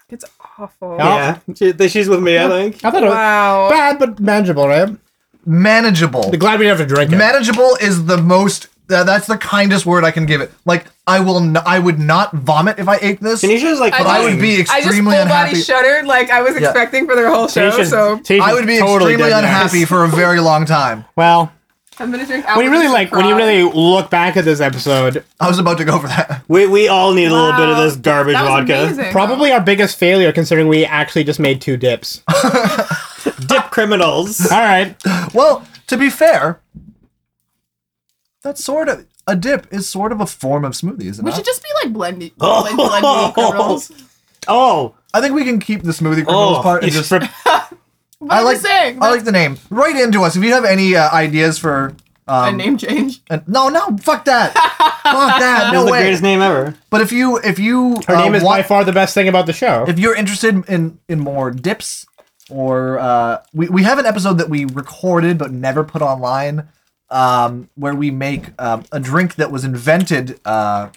Speaker 4: It's awful.
Speaker 5: Yeah, she, th- she's with me. I think.
Speaker 12: I thought it was
Speaker 4: Wow.
Speaker 12: bad, but manageable, right?
Speaker 2: Manageable.
Speaker 12: Glad we didn't have to drink it.
Speaker 2: Manageable is the most. Uh, that's the kindest word I can give it. Like I will. N- I would not vomit if I ate this.
Speaker 5: Tanisha's like.
Speaker 4: I
Speaker 2: I would
Speaker 5: fine.
Speaker 2: be
Speaker 4: I just full
Speaker 2: extremely
Speaker 4: body
Speaker 2: unhappy.
Speaker 4: shuddered like I was expecting for their whole show.
Speaker 12: Tanisha's-
Speaker 4: So
Speaker 12: Tanisha's
Speaker 2: I would be
Speaker 12: totally
Speaker 2: extremely
Speaker 12: dead
Speaker 2: unhappy
Speaker 12: nice.
Speaker 2: for a very long time.
Speaker 5: Well,
Speaker 4: I'm gonna drink.
Speaker 3: When you really
Speaker 4: Applebee's
Speaker 3: like, when you
Speaker 4: fries.
Speaker 3: really look back at this episode,
Speaker 2: I was about to go for that.
Speaker 3: we, we all need a little bit of
Speaker 4: Wow.
Speaker 3: this garbage
Speaker 4: That was
Speaker 3: vodka.
Speaker 4: amazing.
Speaker 3: Probably our biggest failure, considering we actually just made two dips.
Speaker 2: Uh,
Speaker 3: Dip criminals. All right.
Speaker 2: Well, to be fair, that's sort of a dip is sort of a form of smoothie, isn't
Speaker 4: We
Speaker 2: it?
Speaker 4: should just be like blendy, like blendy curls.
Speaker 3: Oh,
Speaker 2: I think we can keep the smoothie criminals
Speaker 3: oh,
Speaker 2: part and
Speaker 3: it's
Speaker 2: just.
Speaker 3: for-
Speaker 4: What
Speaker 2: I
Speaker 4: am I
Speaker 2: like.
Speaker 4: saying?
Speaker 2: I like the name. Write into us if you have any uh, ideas for
Speaker 4: a
Speaker 2: um,
Speaker 4: name change.
Speaker 2: an- no, no, fuck that, fuck that,
Speaker 5: That's
Speaker 2: no
Speaker 5: the
Speaker 2: way.
Speaker 5: greatest name ever.
Speaker 2: But if you if you
Speaker 3: her
Speaker 2: uh,
Speaker 3: name is
Speaker 2: want-
Speaker 3: by far the best thing about the show.
Speaker 2: if you're interested in in more dips or uh, we we have an episode that we recorded but never put online um, where we make um, a drink that was invented uh,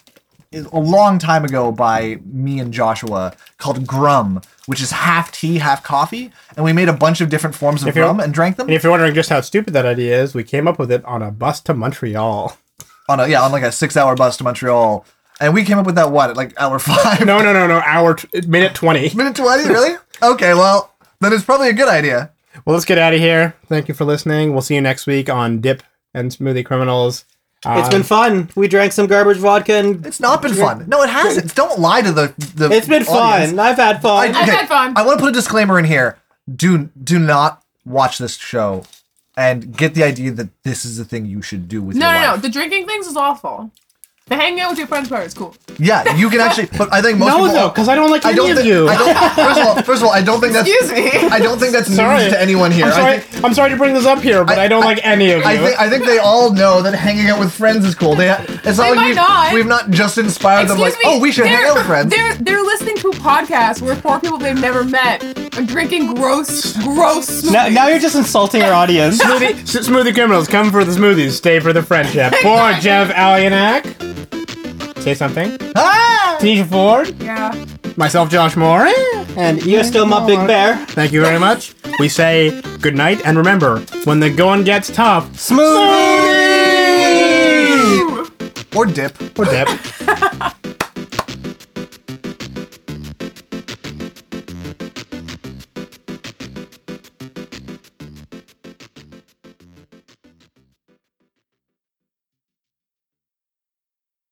Speaker 2: is- a long time ago by me and Joshua called Grum, which is half tea, half coffee, and we made a bunch of different forms of
Speaker 3: you're-
Speaker 2: Grum and drank them
Speaker 3: And if you're wondering just how stupid that idea is, we came up with it on a bus to Montreal.
Speaker 2: on a yeah on like a six hour bus to Montreal, and we came up with that what at like hour five.
Speaker 3: No, no, no, no. Hour t- minute twenty.
Speaker 2: minute twenty, really? Okay, well then it's probably a good idea.
Speaker 3: Well, let's get out of here. Thank you for listening. We'll see you next week on Dip and Smoothie Criminals.
Speaker 5: It's been fun. We drank some garbage vodka and
Speaker 2: It's not been fun. No, it hasn't. Don't lie to the the.
Speaker 5: it's been
Speaker 2: audience.
Speaker 5: fun. I've had fun.
Speaker 2: I-
Speaker 4: I've had fun.
Speaker 2: I want to put a disclaimer in here. Do do not watch this show, and get the idea that this is the thing you should do with
Speaker 4: No,
Speaker 2: your
Speaker 4: no, no.
Speaker 2: life.
Speaker 4: The drinking things is awful. The hanging out with your friends part is cool.
Speaker 2: Yeah, you can actually. But I think most
Speaker 3: no,
Speaker 2: people.
Speaker 3: though, because I don't like
Speaker 2: I
Speaker 3: any
Speaker 2: don't.
Speaker 3: of
Speaker 2: thi-
Speaker 3: you.
Speaker 2: I don't. First of all, first of all, I don't think that's.
Speaker 4: Excuse me.
Speaker 2: I don't think that's
Speaker 3: Sorry.
Speaker 2: news to anyone here.
Speaker 3: I'm
Speaker 2: I
Speaker 3: sorry.
Speaker 2: think,
Speaker 3: I'm sorry to bring this up here, but I, don't like any of you.
Speaker 2: I think I think they all know that hanging out with friends is cool. They it's not
Speaker 4: They
Speaker 2: like
Speaker 4: might
Speaker 2: we've,
Speaker 4: not.
Speaker 2: we've not just inspired them like oh we should hang
Speaker 4: they're-
Speaker 2: out with friends.
Speaker 4: They're they're listening to a podcast where four people they've never met are drinking gross, gross.
Speaker 5: now,
Speaker 4: smoothies.
Speaker 5: now you're just insulting our audience.
Speaker 3: smoothie, S- smoothie Criminals come for the smoothies, stay for the friendship. For Jeff Alianak. Say something.
Speaker 2: Ah!
Speaker 3: Tanisha Ford.
Speaker 4: yeah.
Speaker 3: Myself, Josh Moore.
Speaker 5: And you're still my big bear.
Speaker 3: Thank you very much. We say good night, and remember, when the going gets tough,
Speaker 5: Smoothie!
Speaker 2: Or dip.
Speaker 3: or dip.